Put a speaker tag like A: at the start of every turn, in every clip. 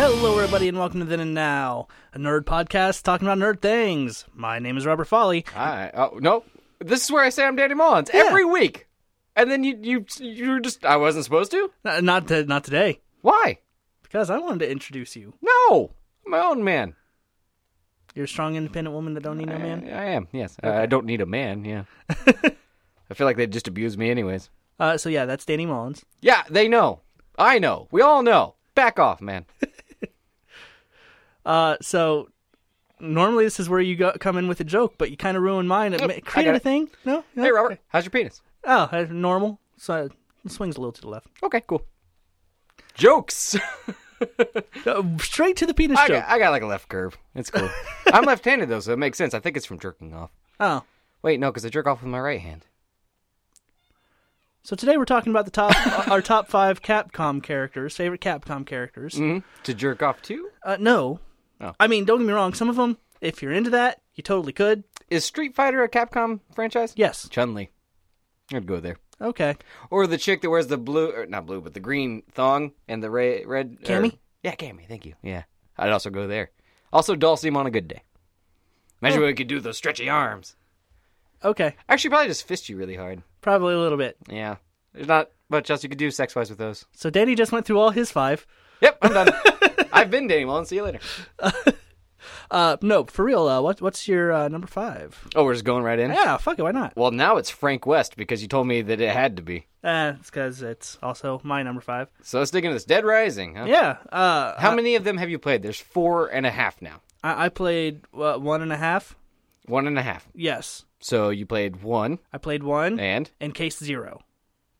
A: Hello, everybody, and welcome to Then and Now, a nerd podcast talking about nerd things. My name is Robert Folly.
B: I oh no, this is where I say I'm Danny Mullins every week, and then you you you're just I wasn't supposed to.
A: N- Not to, not today,
B: Why?
A: because I wanted to introduce you.
B: No, I'm my own man.
A: You're a strong, independent woman that don't need no man.
B: I, I am. Yes, I, I don't need a man. Yeah, I feel like they'd just abuse me anyways.
A: Uh, so yeah, that's Danny Mullins.
B: Yeah, they know. I know. We all know. Back off, man.
A: Uh, so normally this is where you go, come in with a joke, but you kind of ruined mine. It ma-
B: I
A: created
B: got
A: a
B: it.
A: thing. No, no?
B: Hey, Robert, how's your penis?
A: Oh, uh, normal. So it swings a little to the left.
B: Okay, cool. Jokes.
A: Uh, straight to the penis
B: I
A: joke.
B: got, I got like a left curve. It's cool. I'm left-handed though, so it makes sense. I think it's from jerking off.
A: Oh,
B: Wait, no, because I jerk off with my right hand.
A: so today we're talking about the top our top five Capcom characters, favorite Capcom characters.
B: hmm To jerk off too.
A: Uh, no.
B: Oh.
A: I mean, don't get me wrong. Some of them, if you're into that, you totally could.
B: Is Street Fighter a Capcom franchise?
A: Yes.
B: Chun Li. I'd go there.
A: Okay.
B: Or the chick that wears the blue, or not blue, but the green thong and the red. red or-
A: Cammy?
B: yeah, Cammy. Thank you. Yeah. I'd also go there. Also, Dulcim on a good day. Imagine
A: Oh.
B: what we could do with those stretchy arms.
A: Okay.
B: Actually, probably just fist you really hard.
A: Probably a little bit.
B: Yeah. There's not much else you could do sex wise with those.
A: So Danny just went through all his five.
B: Yep, I'm done. I've been Danny Mullen. See you later.
A: Uh, no, for real. Uh, what, what's your uh, number five?
B: Oh, we're just going right in?
A: Yeah, fuck it. Why not?
B: Well, now it's Frank West because you told me that it had to be.
A: Uh, it's because it's also my number five.
B: So let's dig into this. Dead Rising, huh?
A: Yeah. Uh,
B: How many of them have you played? There's four and a half now.
A: I, I played uh, one and a half.
B: One and a half.
A: Yes,
B: So you played one
A: I played one
B: and
A: and case zero.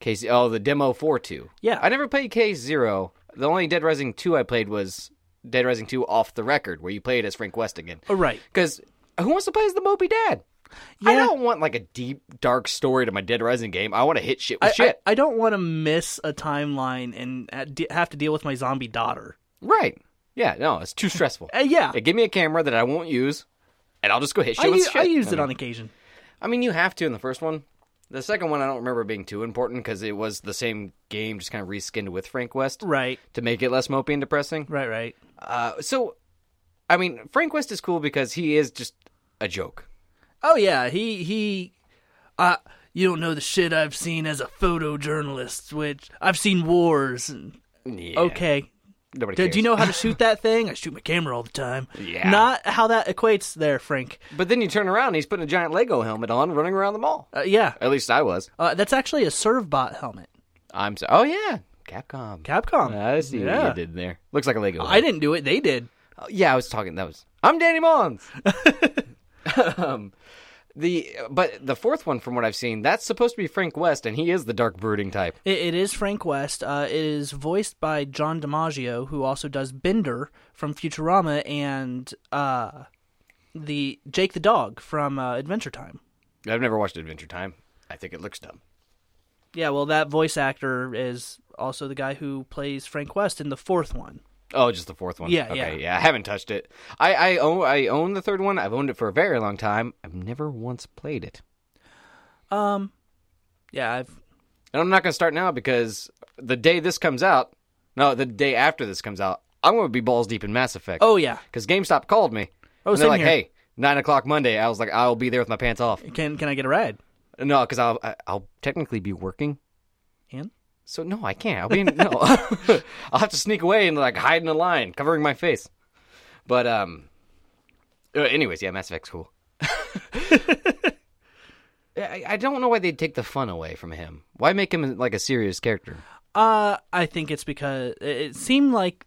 B: Case. Oh, the demo four two.
A: Yeah.
B: I never played Case Zero. The only Dead Rising two I played was Dead Rising two off the record, where you played as Frank West again.
A: Oh, right.
B: Because who wants to play as the mopey dad? I
A: Yeah.
B: don't want like a deep dark story to my Dead Rising game. I want to hit shit with
A: I,
B: shit.
A: I, I don't want to miss a timeline and uh, de- have to deal with my zombie daughter.
B: Right. Yeah. No, it's too stressful.
A: Uh, yeah.
B: Hey, give me a camera that I won't use, and I'll just go hit shit
A: I,
B: with
A: u-
B: shit.
A: I used it on occasion.
B: I mean, you have to in the first one. The second one, I don't remember being too important because it was the same game, just kind of reskinned with Frank West
A: Right.
B: to make it less mopey and depressing.
A: Right, right.
B: Uh, so, I mean, Frank West is cool because he is just a joke.
A: Oh yeah, he he. Uh, you don't know the shit I've seen as a photojournalist, which I've seen wars. And,
B: Yeah,
A: Okay,
B: Nobody
A: do,
B: cares.
A: do you know how to shoot that thing? I shoot my camera all the time.
B: Yeah.
A: Not how that equates there, Frank.
B: But then you turn around and he's putting a giant Lego helmet on, running around the mall.
A: Uh, yeah,
B: At least I was.
A: uh, that's actually a ServBot helmet.
B: I'm so. Oh yeah, Capcom.
A: Capcom.
B: I see
A: Yeah.
B: what you did there. Looks like a Lego.
A: I didn't do it; they did.
B: Oh, yeah, I was talking. That was I'm Danny Mullins. um, the but the fourth one, from what I've seen, that's supposed to be Frank West, and he is the dark brooding type.
A: It, it is Frank West. Uh, it is voiced by John DiMaggio, who also does Bender from Futurama and uh, the Jake the dog from uh, Adventure Time.
B: I've never watched Adventure Time. I think it looks dumb.
A: Yeah, well, that voice actor is also the guy who plays Frank West in the fourth one.
B: Oh, just the fourth one.
A: Yeah,
B: okay,
A: yeah.
B: I haven't touched it. I I own I own the third one. I've owned it for a very long time. I've never once played it,
A: Um, yeah, I've
B: and I'm not going to start now because the day this comes out, no, the day after this comes out, I'm going to be balls deep in Mass Effect.
A: oh yeah,
B: because GameStop called me.
A: Oh,
B: and they're
A: same
B: like,
A: here.
B: hey, nine o'clock Monday. I was like, I'll be there with my pants off.
A: can can I get a ride?
B: No, because I'll I- I'll technically be working.
A: And
B: So no, I can't. I'll be in, no. I'll have to sneak away and like hide in a line, covering my face. But um, uh, anyways, yeah, Mass Effect's cool. I, I don't know why they'd take the fun away from him. Why make him like a serious character?
A: uh, I think it's because it- it seemed like,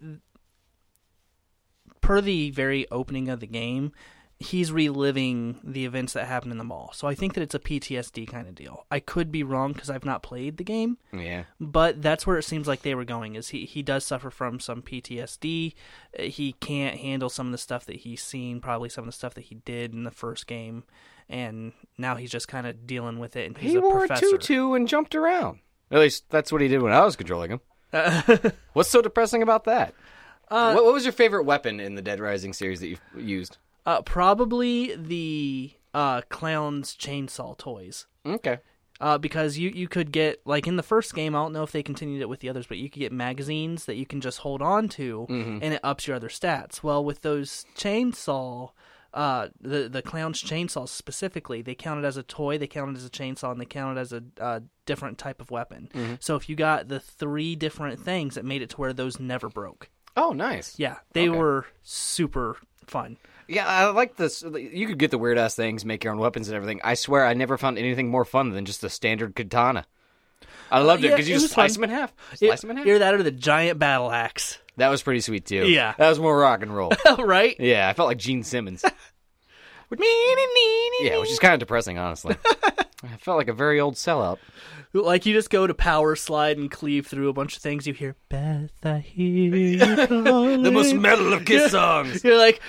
A: per the very opening of the game, he's reliving the events that happened in the mall. So I think that it's a PTSD kind of deal. I could be wrong because I've not played the game,
B: Yeah,
A: but that's where it seems like they were going is he, he does suffer from some ptsd Uh, he can't handle some of the stuff that he's seen probably some of the stuff that he did in the first game and now he's just kind of dealing with it and he's
B: he
A: a
B: wore
A: professor
B: a tutu and jumped around. At least that's what he did when I was controlling him. What's so depressing about that? Uh, what, what was your favorite weapon in the Dead Rising series that you have used?
A: uh, probably the uh, clown's chainsaw toys
B: Okay.
A: uh, because you you could get like in the first game. I don't know if they continued it with the others, but you could get magazines that you can just hold on to, and it ups your other stats. Well, with those chainsaw. Uh, the the clown's chainsaw specifically, they counted as a toy, they counted as a chainsaw, and they counted as a uh, different type of weapon. So if you got the three different things, it made it to where those never broke.
B: Oh, nice.
A: Yeah, they were super fun.
B: Yeah, I like this. You could get the weird ass things, make your own weapons and everything. I swear, I never found anything more fun than just the standard katana. I loved it
A: yeah,
B: because you
A: it
B: just
A: was fun.
B: slice them in half. Slice them in half.
A: Either that or the giant battle axe,
B: That was pretty sweet too.
A: Yeah.
B: that was more rock and roll.
A: right?
B: yeah, I felt like Gene Simmons. Yeah, which is kind of depressing, honestly. I felt like a very old sellout.
A: Like you just go to power slide and cleave through a bunch of things. You hear Beth, I hear you calling."
B: metal of Kiss songs.
A: You're like,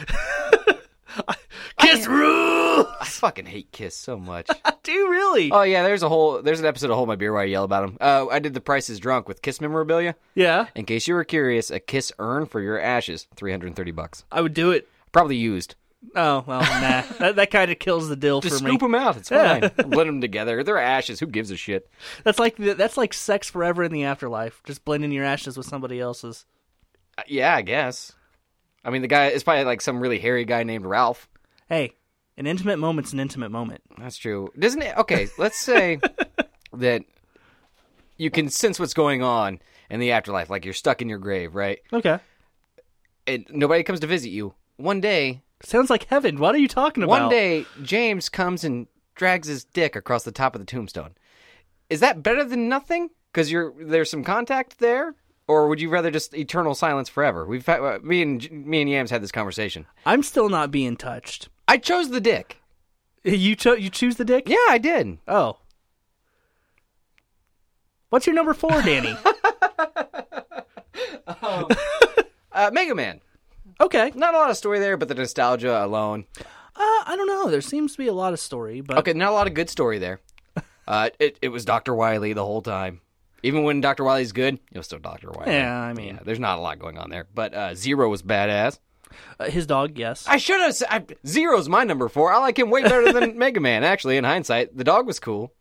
A: Kiss rules.
B: I fucking hate Kiss so much.
A: Do you really?
B: Oh yeah, there's a whole there's an episode of Hold My Beer where I yell about him. Uh, I did The Price Is Drunk with Kiss memorabilia.
A: yeah,
B: In case you were curious, a Kiss urn for your ashes, three hundred and thirty bucks,
A: I would do it.
B: probably used.
A: Oh well, nah. that that kind of kills the deal
B: Just
A: for
B: scoop
A: me.
B: them out. It's fine.
A: Yeah.
B: Blend them together. They're ashes. Who gives a shit?
A: That's like the, that's like sex forever in the afterlife. Just blending your ashes with somebody else's.
B: Uh, yeah, I guess. I mean, the guy is probably like some really hairy guy named Ralph.
A: Hey, an intimate moment's an intimate moment.
B: That's true. Doesn't it? Okay, let's say that you can sense what's going on in the afterlife. Like you're stuck in your grave, right?
A: Okay.
B: And nobody comes to visit you. One day,
A: Sounds like heaven. What are you talking about?
B: one day, James comes and drags his dick across the top of the tombstone. Is that better than nothing? Because you're there's some contact there. Or would you rather just eternal silence forever? We've had, uh, me and me and Yams had this conversation.
A: I'm still not being touched.
B: I chose the dick.
A: You cho- you choose the dick?
B: Yeah, I did.
A: Oh. What's your number four, Danny?
B: Uh, Mega Man.
A: okay. Uh,
B: Not a lot of story there, but the nostalgia alone.
A: I don't know. There seems to be a lot of story, but
B: Okay, not a lot of good story there. Uh, it it was Doctor Wiley the whole time. Even when Doctor Wiley's good, it was still Doctor Wiley.
A: Yeah, I mean-
B: Yeah, there's not a lot going on there. But uh, Zero was badass.
A: uh, his dog, yes.
B: I should have. I, Zero's my number four. I like him way better than Mega Man. Actually, in hindsight, the dog was cool.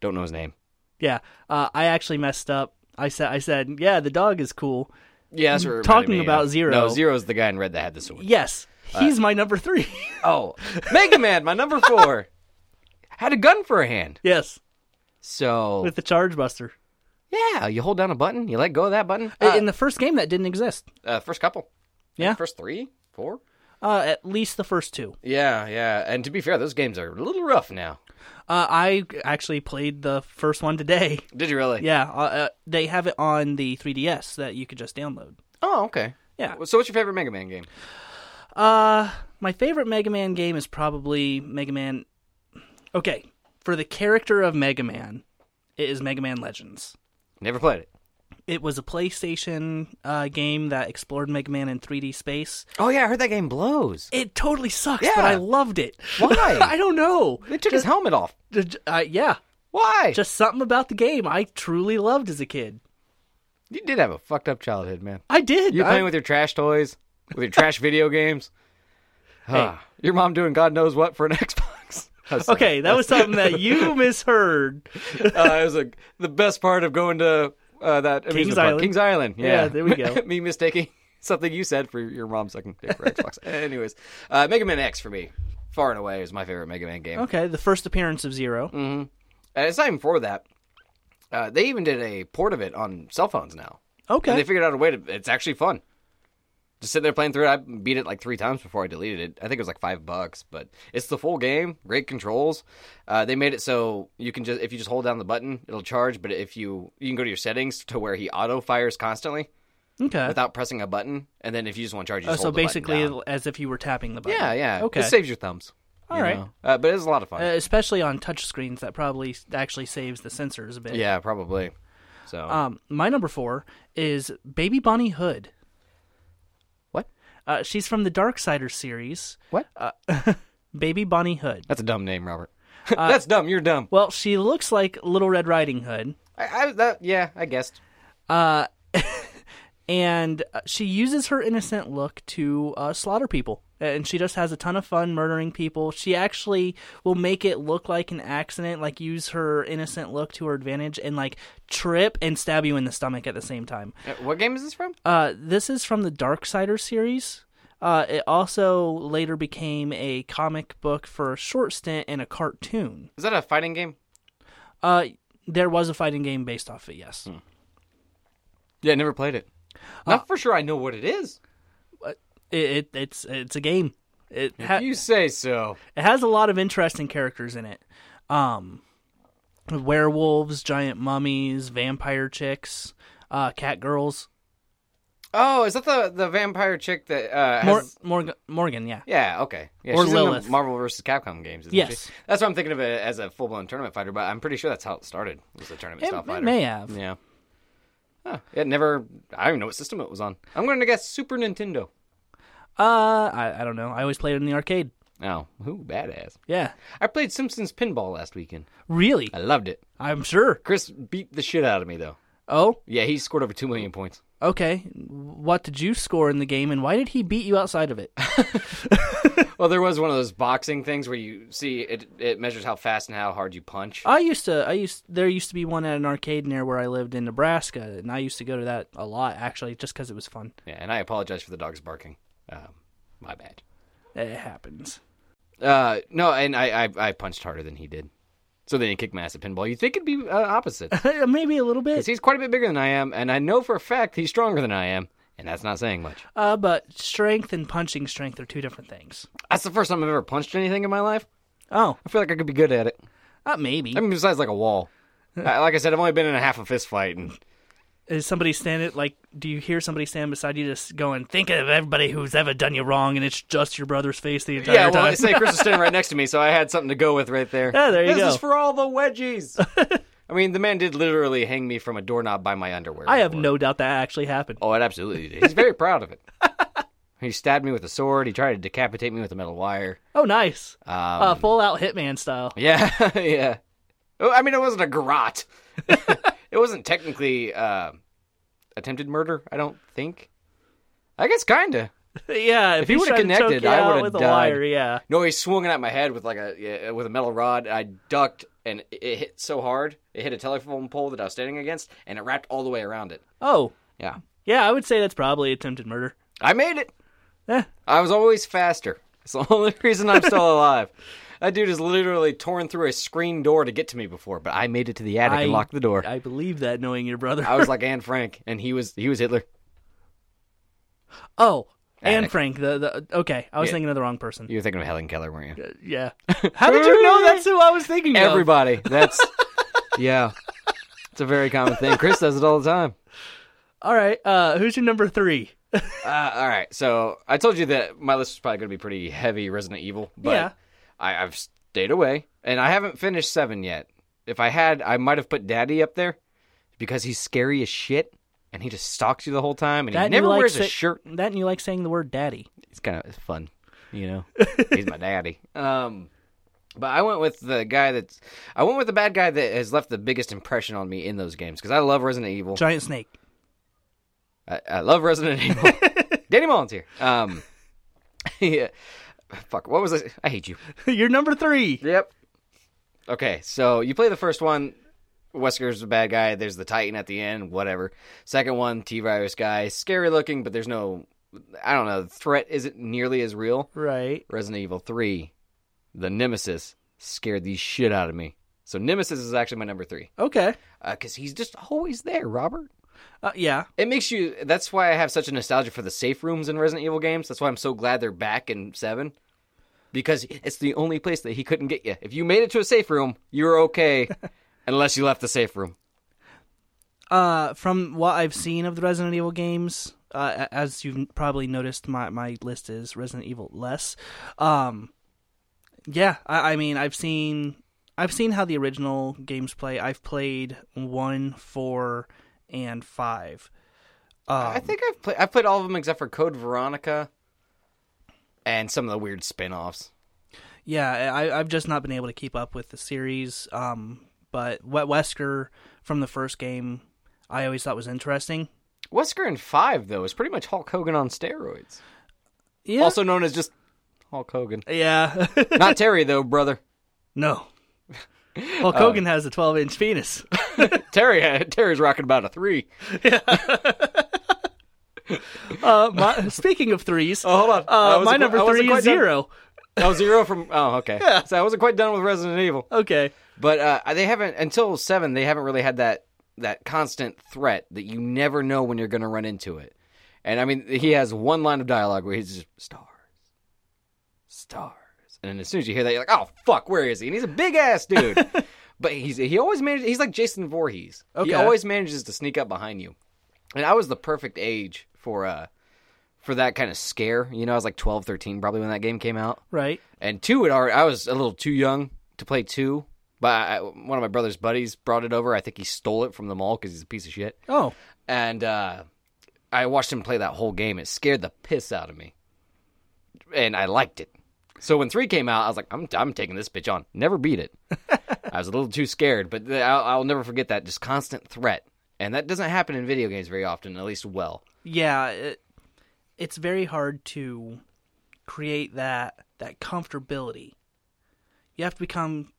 B: Don't know his name.
A: yeah. Uh, I actually messed up. I said I said, "Yeah, the dog is cool."
B: Yeah, that's what it reminded
A: Talking
B: me
A: about
B: of.
A: Zero.
B: No, Zero's the guy in red that had the sword.
A: Yes. He's my number 3.
B: Oh, Mega Man, my number four, had a gun for a hand.
A: yes,
B: So
A: with the charge buster.
B: yeah, you hold down a button, you let go of that button.
A: I-
B: Uh,
A: In the first game that didn't exist.
B: uh, first couple.
A: Yeah.
B: First three, four.
A: Uh, at least the first two.
B: Yeah, yeah. And to be fair, those games are a little rough now.
A: Uh, I actually played the first one today.
B: Did you really?
A: Yeah, uh, uh, they have it on the 3DS that you could just download.
B: Oh, okay.
A: Yeah.
B: So, what's your favorite Mega Man game?
A: Uh, my favorite Mega Man game is probably Mega Man. Okay, for the character of Mega Man, it is Mega Man Legends.
B: Never played it.
A: It was a PlayStation uh, game that explored Mega Man in 3D space.
B: Oh yeah, I heard that game blows.
A: It totally sucks, but
B: Yeah.
A: I loved it.
B: Why?
A: I don't know.
B: They took his helmet off.
A: J- Uh, yeah,
B: Why?
A: just something about the game I truly loved as a kid.
B: you did have a fucked up childhood, man.
A: I did.
B: You're
A: I-
B: playing with your trash toys, with your trash video games. Huh. Your mom doing God knows what for an Xbox. I'm sorry.
A: okay, that was something that you misheard.
B: uh, it was like the best part of going to uh, that amusement
A: Kings
B: park.
A: Island.
B: Kings Island. Yeah,
A: there we go.
B: me mistaking something you said for your mom sucking dick for Xbox. Anyways, uh, Mega Man X for me, far and away is my favorite Mega Man game.
A: Okay, the first appearance of 0
B: Mm. And it's not even for that. Uh, they even did a port of it on cell phones now.
A: Okay,
B: And they figured out a way to. It's actually fun. Just sit there playing through it. I beat it like three times before I deleted it. I think it was like five bucks, but it's the full game. Great controls. Uh, they made it so you can just if you just hold down the button, it'll charge. But if you you can go to your settings to where he auto fires constantly
A: okay.
B: without pressing a button, and then if you just want to charge, you
A: Oh,
B: just
A: so
B: hold the button
A: basically,
B: down.
A: as if you were tapping the button.
B: yeah, yeah.
A: Okay.
B: It saves your thumbs.
A: All
B: you
A: right.
B: know? Uh, but it was a lot of fun.
A: Uh, especially on touch screens, that probably s- actually saves the sensors a bit.
B: yeah, probably. So
A: Um, my number four is Baby Bonnie Hood.
B: what?
A: Uh, she's from the Darksiders series.
B: What? Uh.
A: Baby Bonnie Hood.
B: That's a dumb name, Robert.
A: Uh,
B: That's dumb. You're dumb.
A: Well, she looks like Little Red Riding Hood,
B: I, I that yeah. I guessed.
A: and uh, she uses her innocent look to uh, slaughter people. and she just has a ton of fun murdering people. She actually will make it look like an accident, like use her innocent look to her advantage and like trip and stab you in the stomach at the same time.
B: Uh, What game is this from?
A: Uh, this is from the Darksider series. Uh, it also later became a comic book for a short stint and a cartoon.
B: Is that a fighting game?
A: Uh, there was a fighting game based off it, yes.
B: Yeah, I never played it. Not for sure I know what it is.
A: It, it it's it's a game. It ha-
B: You say so.
A: it has a lot of interesting characters in it. Um, werewolves, giant mummies, vampire chicks, uh, cat girls.
B: Oh, is that the the vampire chick that uh, has...
A: Mor- Morgan, Morgan, yeah.
B: Yeah, okay. Yeah,
A: Or
B: she's in the
A: Lilith.
B: Marvel vs. Capcom games, isn't
A: Yes.
B: she? That's what I'm thinking of it as a full blown tournament fighter, but I'm pretty sure that's how it started. Was a tournament
A: It,
B: style
A: it
B: fighter.
A: may have.
B: Yeah. Huh. It never. I don't even know what system it was on. I'm going to guess Super Nintendo.
A: Uh, I, I don't know. I always played it in the arcade.
B: Oh, who badass!
A: Yeah.
B: I played Simpsons Pinball last weekend.
A: Really?
B: I loved it.
A: I'm sure.
B: Chris beat the shit out of me though.
A: Oh,
B: Yeah, he scored over two million points.
A: okay. What did you score in the game, and why did he beat you outside of it?
B: Well, there was one of those boxing things where you see it. It measures how fast and how hard you punch.
A: I used to. I used there used to be one at an arcade near where I lived in Nebraska, and I used to go to that a lot actually, just because it was fun.
B: Yeah, and I apologize for the dogs barking. Um, my bad.
A: It happens.
B: Uh, no, and I, I I punched harder than he did. So then he kicked my ass at pinball. You would think it'd be uh, opposite?
A: Maybe a little bit.
B: 'Cause he's quite a bit bigger than I am, and I know for a fact he's stronger than I am, and that's not saying much.
A: Uh, but strength and punching strength are two different things.
B: That's the first time I've ever punched anything in my life.
A: Oh,
B: I feel like I could be good at it.
A: uh, maybe.
B: I mean, besides like a wall. I, like I said, I've only been in a half a fist fight, and
A: Is somebody standing like? Do you hear somebody standing beside you just going, "Think of everybody who's ever done you wrong, and it's just your brother's face the entire
B: yeah, well, I
A: time."
B: say Chris was standing right next to me, so I had something to go with right there.
A: Yeah, there you
B: this
A: go.
B: is for all the wedgies. I mean, the man did literally hang me from a doorknob by my underwear.
A: I have
B: before.
A: no doubt that actually happened.
B: Oh, it absolutely did. He's very proud of it. He stabbed me with a sword. He tried to decapitate me with a metal wire.
A: Oh, nice.
B: Um,
A: uh, full out hitman style.
B: yeah, yeah. Oh, I mean, it wasn't a garrote. it wasn't technically uh, attempted murder. I don't think. I guess kinda.
A: yeah, if,
B: he
A: he's
B: would've
A: trying to choke
B: connected,
A: you
B: I
A: out
B: would've
A: with a
B: died.
A: wire. Yeah.
B: No, he swung it at my head with like a yeah, with a metal rod. I ducked, and it- it hit so hard, it hit a telephone pole that I was standing against, and it wrapped all the way around it.
A: Oh,
B: Yeah,
A: yeah. I would say that's probably attempted murder.
B: I made it.
A: Eh.
B: I was always faster. It's the only reason I'm still alive. That dude has literally torn through a screen door to get to me before, but I made it to the attic
A: I-
B: and locked the door. I,
A: I believe that, knowing your brother.
B: was like Anne Frank, and he was he was Hitler.
A: oh, and
B: Attic.
A: Frank. The, the okay. I was
B: Yeah.
A: thinking of the wrong person.
B: You were thinking of Helen Keller, weren't you?
A: Yeah. How did you know that's who I was thinking of?
B: Everybody. That's yeah. It's a very common thing. Chris does it all the time.
A: All right. Uh, who's your number three?
B: Uh, all right, so I told you that my list was probably going to be pretty heavy Resident Evil, but
A: Yeah.
B: I, I've stayed away, and I haven't finished seven yet. If I had, I might have put Daddy up there because he's scary as shit, and he just stalks you the whole time, and
A: That
B: he
A: and
B: never
A: you like
B: wears a
A: say-
B: shirt.
A: That and you like saying the word daddy.
B: It's kind of fun, you know. he's my daddy. Um, but I went with the guy that's, I went with the bad guy that has left the biggest impression on me in those games because I love Resident Evil.
A: Giant snake.
B: I, I love Resident Evil. Danny Mullins here. Um, yeah. Fuck, what was I? I hate you.
A: You're number three.
B: Yep. Okay, so you play the first one. Wesker's the bad guy. There's the Titan at the end, whatever. Second one, T Virus guy. Scary looking, but there's no, I don't know, the threat isn't nearly as real.
A: Right.
B: Resident Evil 3, the Nemesis, scared the shit out of me. So Nemesis is actually my number three.
A: Okay.
B: Because he's just always there, Robert.
A: Uh, yeah.
B: It makes you. That's why I have such a nostalgia for the safe rooms in Resident Evil games. That's why I'm so glad they're back in seven, because it's the only place that he couldn't get you. If you made it to a safe room, you were okay, unless you left the safe room.
A: Uh, from what I've seen of the Resident Evil games, uh, a- as you've probably noticed, my, my list is Resident Evil less. Um, yeah. I, I mean, I've seen I've seen how the original games play. I've played one, four, and five. Um,
B: I think I've played. I've played all of them except for Code Veronica, and some of the weird spin-offs.
A: Yeah, I, I've just not been able to keep up with the series. Um, but Wet Wesker from the first game, I always thought was interesting.
B: Wesker in five though is pretty much Hulk Hogan on steroids,
A: Yeah,
B: also known as just Hulk Hogan.
A: Yeah.
B: Not Terry though, brother.
A: no. Hulk
B: Um,
A: Hogan has a 12 inch penis.
B: Terry Terry's rocking about a three.
A: Uh, my, speaking of threes,
B: Oh, hold on. I
A: uh,
B: wasn't
A: my
B: qui-
A: number
B: I wasn't
A: three
B: quite
A: is
B: done.
A: zero.
B: Oh, zero from. Oh, okay. So I wasn't quite done with Resident Evil.
A: Okay.
B: But uh, they haven't until seven. They haven't really had that that constant threat that you never know when you're going to run into it. And I mean, he has one line of dialogue where he's just stars, stars, and then as soon as you hear that, you're like, oh fuck, where is he? And he's a big ass dude. but he's he always manages. He's like Jason Voorhees.
A: Okay.
B: He always manages to sneak up behind you. And I was the perfect age for uh for that kind of scare. You know, I was like 12, 13 probably when that game came out
A: Right.
B: and two had already. I was a little too young to play two, but I, one of my brother's buddies brought it over. I think he stole it from the mall because he's a piece of shit.
A: Oh.
B: And uh, I watched him play that whole game. It scared the piss out of me, and I liked it. So when three came out, I was like, "I'm I'm taking this bitch on." Never beat it. I was a little too scared, but th- I'll, I'll never forget that just constant threat, and that doesn't happen in video games very often, at least well.
A: Yeah. It, it's very hard to create that that comfortability. You have to become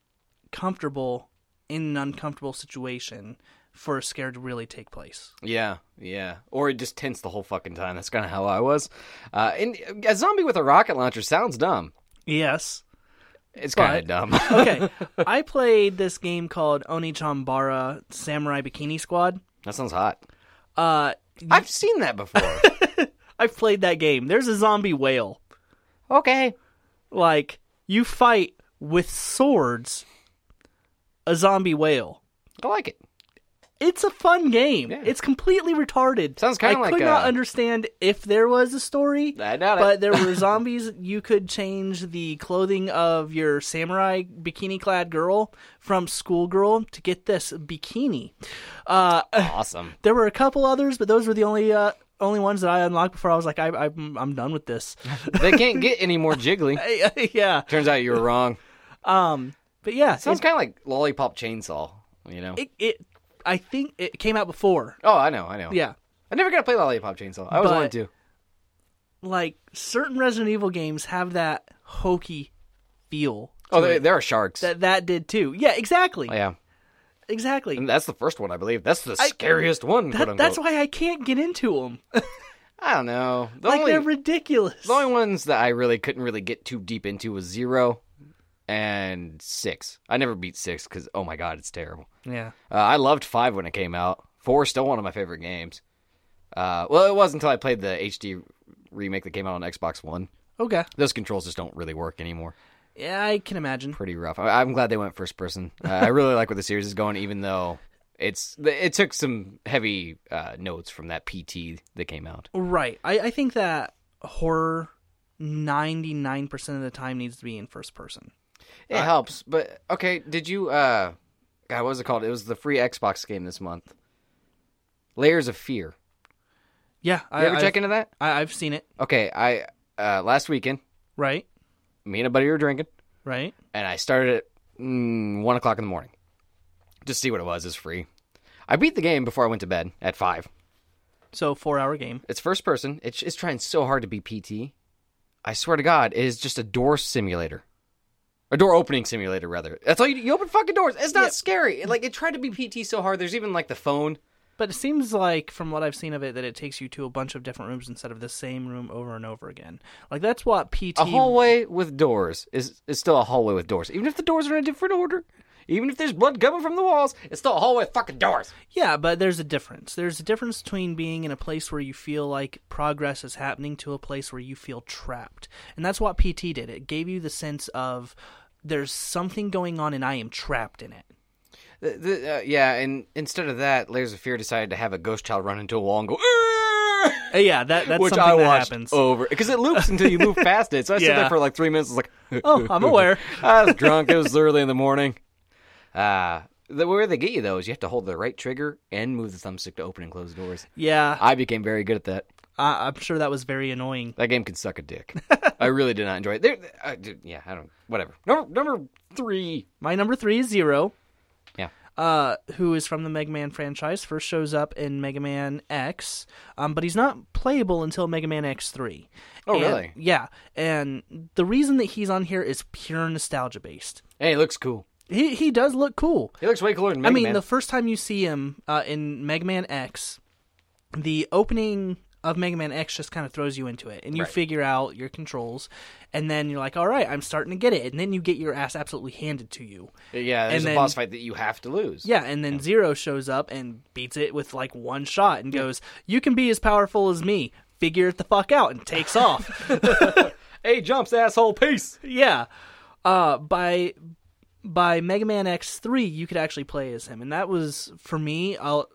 A: comfortable in an uncomfortable situation for a scare to really take place.
B: Yeah, yeah. Or it just tense the whole fucking time. That's kind of how I was. Uh, and a zombie with a rocket launcher sounds dumb.
A: Yes.
B: It's kind
A: But-
B: of dumb.
A: Okay. I played this game called Onichambara Samurai Bikini Squad.
B: that sounds hot.
A: Uh,
B: I've seen that before.
A: I've played that game. There's a zombie whale.
B: okay.
A: Like you fight with swords a zombie whale.
B: I like it.
A: It's a fun game.
B: Yeah.
A: It's completely retarded.
B: Sounds kinda
A: I
B: like
A: could not
B: a-
A: understand if there was a story,
B: I doubt it.
A: but there were zombies. You could change the clothing of your samurai bikini-clad girl from schoolgirl to get this bikini. Uh,
B: Awesome.
A: there were a couple others, but those were the only uh, only ones that I unlocked before I was like, I, I, I'm done with this.
B: They can't get any more jiggly.
A: yeah.
B: Turns out you were wrong.
A: Um, but yeah, it,
B: Sounds kind of like lollipop chainsaw. You know.
A: it, it, I think it came out before.
B: oh, I know. I know.
A: Yeah.
B: I never got to play lollipop chainsaw. I always
A: But-
B: wanted to.
A: Like certain Resident Evil games have that hokey feel.
B: Oh, there, there are sharks.
A: That that did too. Yeah, exactly.
B: yeah.
A: Exactly.
B: And that's the first one, I believe. That's the scariest one. quote
A: That,
B: unquote.
A: that's why I can't get into them.
B: I don't know. The
A: like
B: only-
A: they're ridiculous.
B: The only ones that I really couldn't really get too deep into was zero and six. I never beat six because oh my god, it's terrible.
A: Yeah.
B: Uh, I loved five when it came out. Four still one of my favorite games. Uh, well, it was until I played the HD remake that came out on Xbox One.
A: Okay.
B: Those controls just don't really work anymore.
A: Yeah, I can imagine.
B: Pretty rough. I- I'm glad they went first person. Uh, I really like where the series is going, even though it's it took some heavy uh, notes from that PT that came out.
A: Right. I, I think that horror ninety nine percent of the time needs to be in first person.
B: It helps, but okay. Did you? uh God, what was it called? It was the free Xbox game this month. Layers of Fear.
A: Yeah.
B: You
A: I,
B: ever
A: I've,
B: check into that?
A: I, I've seen it.
B: Okay, I uh last weekend,
A: Right.
B: me and a buddy were drinking,
A: Right.
B: and I started at mm, one o'clock in the morning, just see what it was. It's free. I beat the game before I went to bed at five.
A: So four hour game.
B: It's first person. It's it's trying so hard to be PT. I swear to God, it is just a door simulator, a door opening simulator rather. That's all you do. You open fucking doors. It's not scary. It, like it tried to be PT so hard. There's even like the phone.
A: But it seems like, from what I've seen of it, that it takes you to a bunch of different rooms instead of the same room over and over again. Like that's what PT.
B: A hallway with doors is is still a hallway with doors, even if the doors are in a different order. Even if there's blood coming from the walls, it's still a hallway with fucking doors.
A: Yeah, but there's a difference. There's a difference between being in a place where you feel like progress is happening to a place where you feel trapped, and that's what PT did. It gave you the sense of there's something going on and I am trapped in it.
B: The- the- uh, yeah, and instead of that, Layers of Fear decided to have a ghost child run into a wall and go. "Arr!"
A: Uh, Yeah, that that's
B: which
A: something
B: I
A: that
B: watched Oh.
A: happens.
B: over because it loops until you move past it. So I stood
A: Yeah.
B: there for like three minutes. I was like,
A: Oh, I'm aware.
B: I was drunk. It was early in the morning. Uh, the where they get you though is you have to hold the right trigger and move the thumbstick to open and close doors.
A: Yeah,
B: I became very good at that.
A: I, I'm sure that was very annoying.
B: That game can suck a dick. I really did not enjoy it. There, I did- yeah, I don't. Whatever. Number number three.
A: My number three is zero.
B: Yeah.
A: uh, who is from the Mega Man franchise, first shows up in Mega Man X, um, but he's not playable until Mega Man X3.
B: Oh,
A: And-
B: really?
A: Yeah. And the reason that he's on here is pure nostalgia based.
B: Hey, he looks cool.
A: He, he does look cool.
B: He looks way cooler than Mega
A: I mean,
B: Man.
A: the first time you see him uh, in Mega Man X, the opening of Mega Man X just kind of throws you into it, and you
B: Right.
A: figure out your controls, and then you're like, "All right, I'm starting to get it," and then you get your ass absolutely handed to you.
B: Uh, yeah,
A: and
B: there's a
A: then-
B: boss fight that you have to lose.
A: Yeah, and then Zero shows up and beats it with like one shot and goes, "You can be as powerful as me." Figure it the fuck out and takes off.
B: Hey, jumps, asshole, peace.
A: Yeah. Uh, by by Mega Man X three, you could actually play as him, and that was for me. I'll,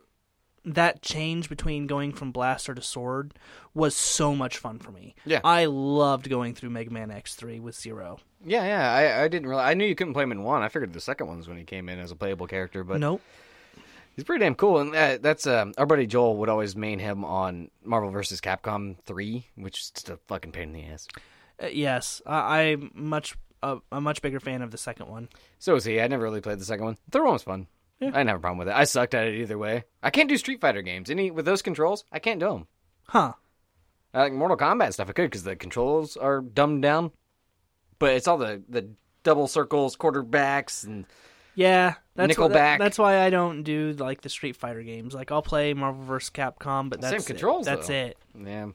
A: that change between going from blaster to sword was so much fun for me.
B: Yeah.
A: I loved going through Mega Man X three with Zero.
B: Yeah, yeah. I, I didn't really. I knew you couldn't play him in one. I figured the second one's when he came in as a playable character, but
A: Nope.
B: he's pretty damn cool. And that, that's um, our buddy Joel would always main him on Marvel vs. Capcom three, which is just a fucking pain in the ass.
A: Uh, yes, I, I'm much uh, a much bigger fan of the second one.
B: So was he. I never really played the second one. The third one was fun. I didn't have a problem with it. I sucked at it either way. I can't do Street Fighter games. Any with those controls, I can't do them.
A: Huh.
B: I like Mortal Kombat stuff, I could because the controls are dumbed down. But it's all the the double circles, quarterbacks, and
A: Yeah, that's wh- that-
B: Nickelback.
A: that's why I don't do like the Street Fighter games. Like I'll play Marvel vs. Capcom, but that's
B: Same
A: it.
B: controls,
A: That's
B: though.
A: it.
B: yeah.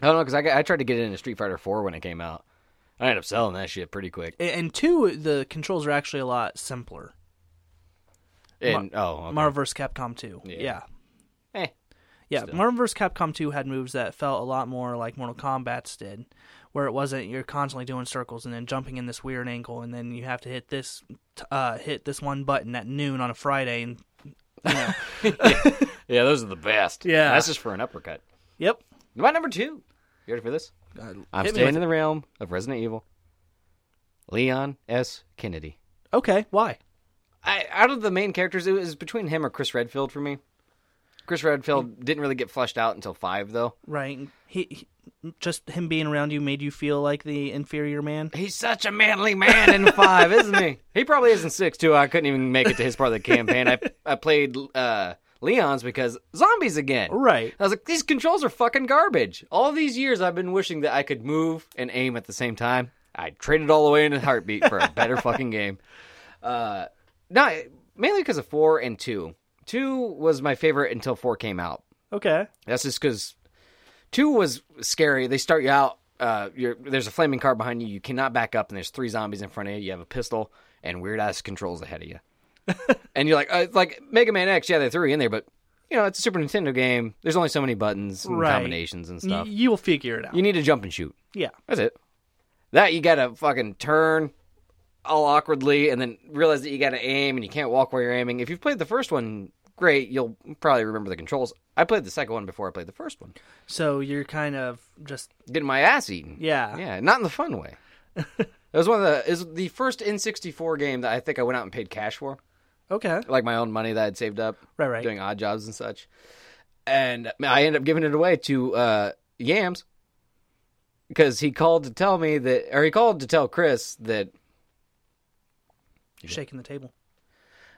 B: I don't know because I, got- I tried to get it into Street Fighter Four when it came out. I ended up selling that shit pretty quick.
A: A- And two, the controls are actually a lot simpler.
B: And oh, okay.
A: Marvel vs. Capcom 2. Yeah.
B: Yeah.
A: Yeah.
B: Eh.
A: Marvel vs. Capcom 2 had moves that felt a lot more like Mortal Kombat's did, where it wasn't you're constantly doing circles and then jumping in this weird angle, and then you have to hit this t- uh, hit this one button at noon on a Friday. And
B: yeah, those are the best.
A: Yeah.
B: that's just for an uppercut.
A: yep,
B: My number two. You ready for this? I'm
A: Uh, hit me
B: staying
A: with
B: in the realm of Resident Evil. Leon S. Kennedy.
A: okay, why?
B: I, out of the main characters, it was between him or Chris Redfield for me. Chris Redfield didn't really get fleshed out until five, though.
A: Right, he, he just him being around you made you feel like the inferior man.
B: He's such a manly man in five, isn't he? He probably is in six too. I couldn't even make it to his part of the campaign. I I played uh, Leon's because zombies again.
A: Right.
B: I was like, these controls are fucking garbage. All these years, I've been wishing that I could move and aim at the same time. I traded all the way in a heartbeat for a better fucking game. Uh, no, mainly because of four and two. Two was my favorite until four came out.
A: Okay,
B: That's just because two was scary. They start you out. Uh, you're, there's a flaming car behind you. You cannot back up, and there's three zombies in front of you. You have a pistol and weird ass controls ahead of you. and you're like, uh, it's like Mega Man X. Yeah, they threw you in there, but you know it's a Super Nintendo game. There's only so many buttons and
A: Right.
B: combinations and
A: y-
B: stuff.
A: you'll figure it out.
B: you need to jump and shoot.
A: yeah,
B: That's it. That you gotta fucking turn all awkwardly and then realize that you gotta aim and you can't walk where you're aiming. If you've played the first one, great, you'll probably remember the controls. I played the second one before I played the first one.
A: so you're kind of just
B: Getting my ass eaten.
A: yeah.
B: Yeah, not in the fun way. it was one of the is the first N sixty four game that I think I went out and paid cash for.
A: Okay,
B: Like my own money that I'd saved up
A: right, right.
B: doing odd jobs and such. And I ended up giving it away to uh, Yams because he called to tell me that, or he called to tell Chris that
A: Shaking the table.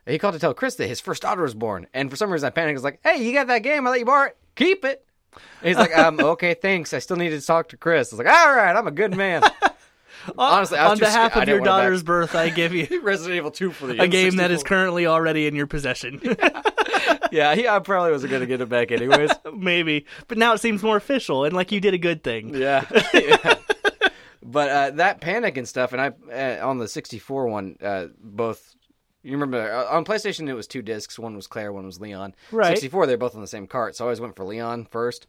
B: he called to tell Chris that his first daughter was born. And for some reason, I panicked. I was like, "Hey, you got that game? I let you borrow it. Keep it." And he's like, "Um, okay, thanks. I still need to talk to Chris." I was like, "All right, I'm a good man." Honestly, I was
A: on
B: too sc-
A: behalf
B: I
A: of
B: didn't
A: your
B: want it back.
A: daughter's birth, I give you
B: Resident Evil Two for the
A: a game that is
B: N64.
A: currently already in your possession.
B: yeah, he, I probably wasn't gonna get it back anyways.
A: Maybe, but now it seems more official and like you did a good thing.
B: Yeah. Yeah. But uh, that panic and stuff, and I uh, on the sixty four one, uh, both. You remember uh, on PlayStation it was two discs. One was Claire, one was Leon.
A: Right.
B: Sixty four, they're both on the same cart, so I always went for Leon first.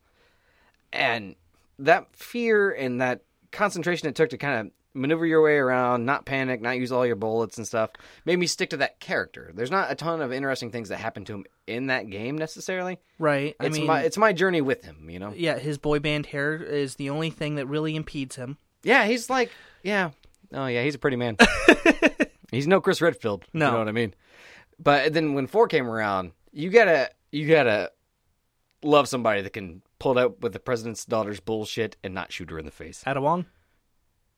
B: And that fear and that concentration it took to kind of maneuver your way around, not panic, not use all your bullets and stuff, made me stick to that character. There's not a ton of interesting things that happen to him in that game necessarily.
A: Right. I
B: It's
A: mean,
B: my it's my journey with him, you know.
A: yeah, his boy band hair is the only thing that really impedes him.
B: Yeah, he's like, yeah, oh yeah, he's a pretty man. he's no Chris Redfield. if
A: No.
B: you know what I mean. But then when four came around, you gotta you gotta love somebody that can pull it out with the president's daughter's bullshit and not shoot her in the face.
A: Ada Wong?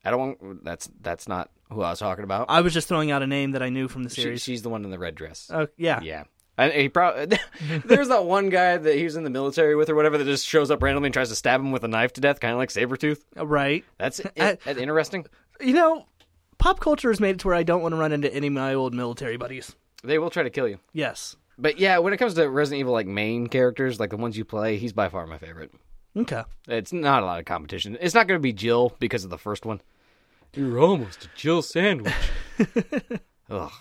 B: I don't want that's that's not who I was talking about.
A: I was just throwing out a name that I knew from the
B: She,
A: series.
B: she's the one in the red dress.
A: oh yeah.
B: Yeah. And he probably there's that one guy that he was in the military with or whatever that just shows up randomly and tries to stab him with a knife to death, kind of like Sabretooth.
A: right.
B: That's it.
A: I-
B: that's interesting.
A: You know, pop culture has made it to where I don't want to run into any of my old military buddies.
B: They will try to kill you.
A: Yes.
B: But yeah, when it comes to Resident Evil like main characters, like the ones you play, he's by far my favorite.
A: Okay.
B: It's not a lot of competition. It's not going to be Jill because of the first one. You're almost a Jill sandwich. Ugh.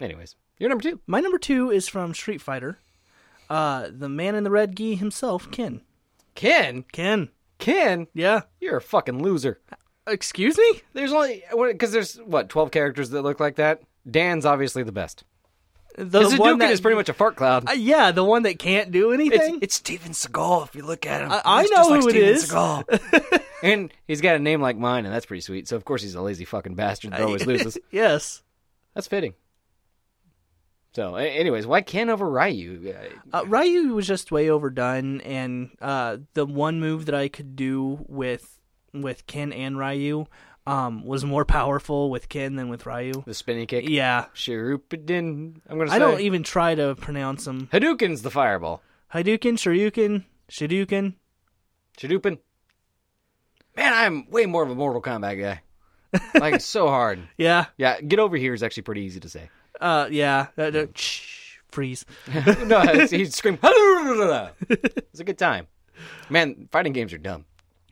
B: Anyways, you're number two.
A: My number two is from Street Fighter. Uh, the man in the red gi himself, Ken.
B: Ken.
A: Ken.
B: Ken.
A: Yeah.
B: You're a fucking loser.
A: Excuse me?
B: There's only because there's what twelve characters that look like that. Dan's obviously the best.
A: The
B: Hadouken is pretty much a fart cloud.
A: Uh, yeah, the one that can't do
B: it's,
A: anything.
B: it's Steven Seagal if you look at him.
A: I- I
B: Looks
A: know
B: just like
A: who it
B: Steven
A: is.
B: Seagal. and he's got a name like mine, and that's pretty sweet. So of course he's a lazy fucking bastard that always loses.
A: yes.
B: That's fitting. So, a- anyways, why Ken over Ryu? Uh,
A: Uh, Ryu was just way overdone, and uh, the one move that I could do with with Ken and Ryu um, was more powerful with Ken than with Ryu.
B: The spinny kick.
A: Yeah,
B: Shirupidin. I'm gonna say
A: E- I don't e- even try to pronounce them.
B: Hadouken's the fireball.
A: Hadouken, Shoryuken, Shidouken.
B: Shadupin. Man, I'm way more of a Mortal Kombat guy. Like it's so hard.
A: Yeah,
B: Yeah, get over here is actually pretty easy to say.
A: uh, yeah. Uh,
B: Mm.
A: uh, shh, freeze.
B: no, it's- he'd scream. "Hadouken!" It's a good time. Man, fighting games are dumb.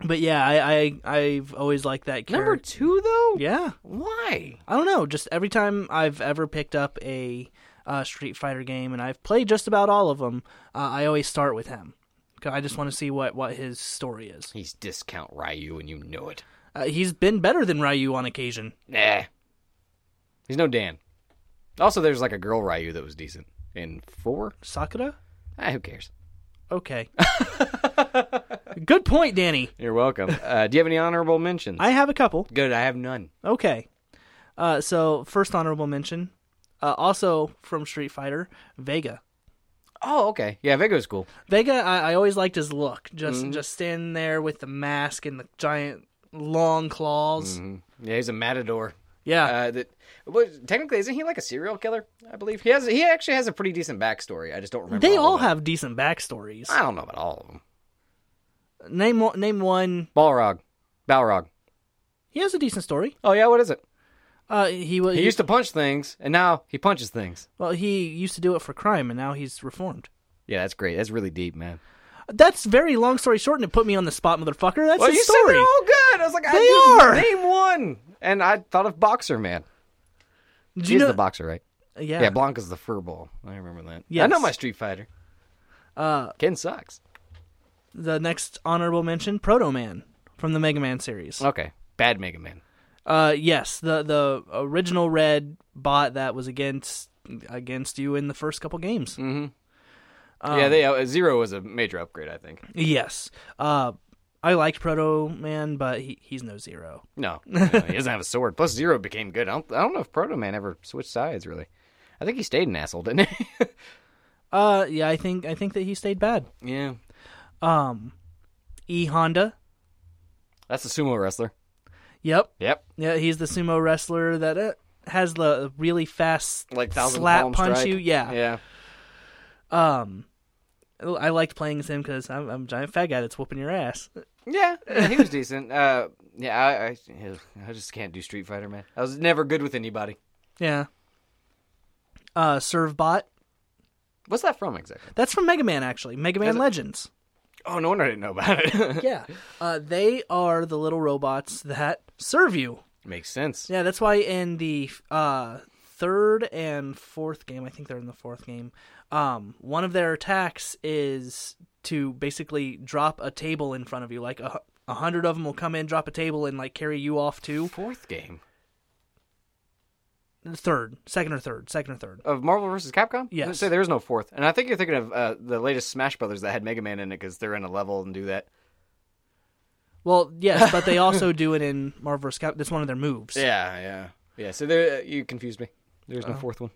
A: But yeah, I, I I've always liked that character.
B: Number two, though.
A: yeah,
B: Why?
A: I don't know. Just every time I've ever picked up a uh, Street Fighter game, and I've played just about all of them, uh, I always start with him. 'Cause I just want to see what, what his story is.
B: He's discount Ryu, and you know it.
A: Uh, he's been better than Ryu on occasion.
B: Nah. He's no Dan. Also, there's like a girl Ryu that was decent in four.
A: Sakura?
B: Ah, who cares?
A: Okay. Good point, Danny.
B: You're welcome. Uh, do you have any honorable mentions?
A: I have a couple.
B: Good. I have none.
A: Okay. Uh, so, first honorable mention, uh, also from Street Fighter, Vega.
B: Oh, okay. Yeah, Vega's cool.
A: Vega, I, I always liked his look. Just
B: Mm-hmm.
A: just standing there with the mask and the giant long claws.
B: Yeah, he's a matador.
A: Yeah.
B: Uh, that well, technically isn't he like a serial killer? I believe he has. He actually has a pretty decent backstory. I just don't remember.
A: They
B: Uh, all,
A: all
B: of it.
A: have decent backstories.
B: I don't know about all of them.
A: Name one, name one.
B: Balrog, Balrog.
A: He has a decent story.
B: Oh yeah, what is it?
A: Uh, he was
B: He used to punch things, and now he punches things.
A: well. He used to do it for crime, and now he's reformed.
B: Yeah, that's great. That's really deep, man.
A: That's very long story short, and it put me on the spot, motherfucker. That's
B: Well,
A: his
B: you said
A: story.
B: they're all good. I was like, I
A: They
B: didn't name one, and I thought of Boxer Man.
A: Did
B: He's
A: you know?
B: the boxer, right?
A: yeah.
B: Yeah, Blanca's the furball. I remember that. I
A: Yes.
B: know my Street Fighter.
A: Uh,
B: Ken sucks.
A: the next honorable mention, Proto Man from the Mega Man series.
B: Okay, bad Mega Man.
A: Uh, yes, the the original red bot that was against against you in the first couple games.
B: Mm-hmm.
A: Um,
B: yeah, they uh, Zero was a major upgrade, I think.
A: Yes. Uh, I liked Proto Man, but he, he's no zero.
B: No, no, he doesn't have a sword. Plus, Zero became good. I don't, I don't know if Proto Man ever switched sides, really. I think he stayed an asshole, didn't he?
A: Uh, yeah, I think I think that he stayed bad.
B: yeah.
A: Um, E Honda.
B: That's a sumo wrestler.
A: Yep.
B: Yep.
A: Yeah, he's the sumo wrestler that uh, has the really fast
B: Like thousand
A: slap
B: palm
A: punch
B: strike.
A: you. Yeah.
B: Yeah.
A: Um, I liked playing as him because I'm, I'm a giant fat guy that's whooping your ass.
B: Yeah. yeah, he was decent. Uh, yeah, I, I, I just can't do Street Fighter, man. I was never good with anybody.
A: Yeah. Uh, Servbot.
B: What's that from exactly?
A: That's from Mega Man actually. Mega Man Legends.
B: Oh, no wonder I didn't know about it.
A: Yeah. Uh, they are the little robots that serve you.
B: Makes sense.
A: Yeah, that's why in the uh, third and fourth game, I think they're in the fourth game. Um, one of their attacks is to basically drop a table in front of you. Like a, hu- a hundred of them will come in, drop a table, and like carry you off to
B: Fourth game
A: third, second or third, second or third.
B: of Marvel vs. Capcom.
A: Yes.
B: Let's Say there is no fourth, and I think you're thinking of uh, the latest Smash Brothers that had Mega Man in it because they're in a level and do that.
A: Well, yes, but they also do it in Marvel vs. Cap. That's one of their moves.
B: Yeah, yeah, yeah. So there, uh, you confused me. There's no fourth one.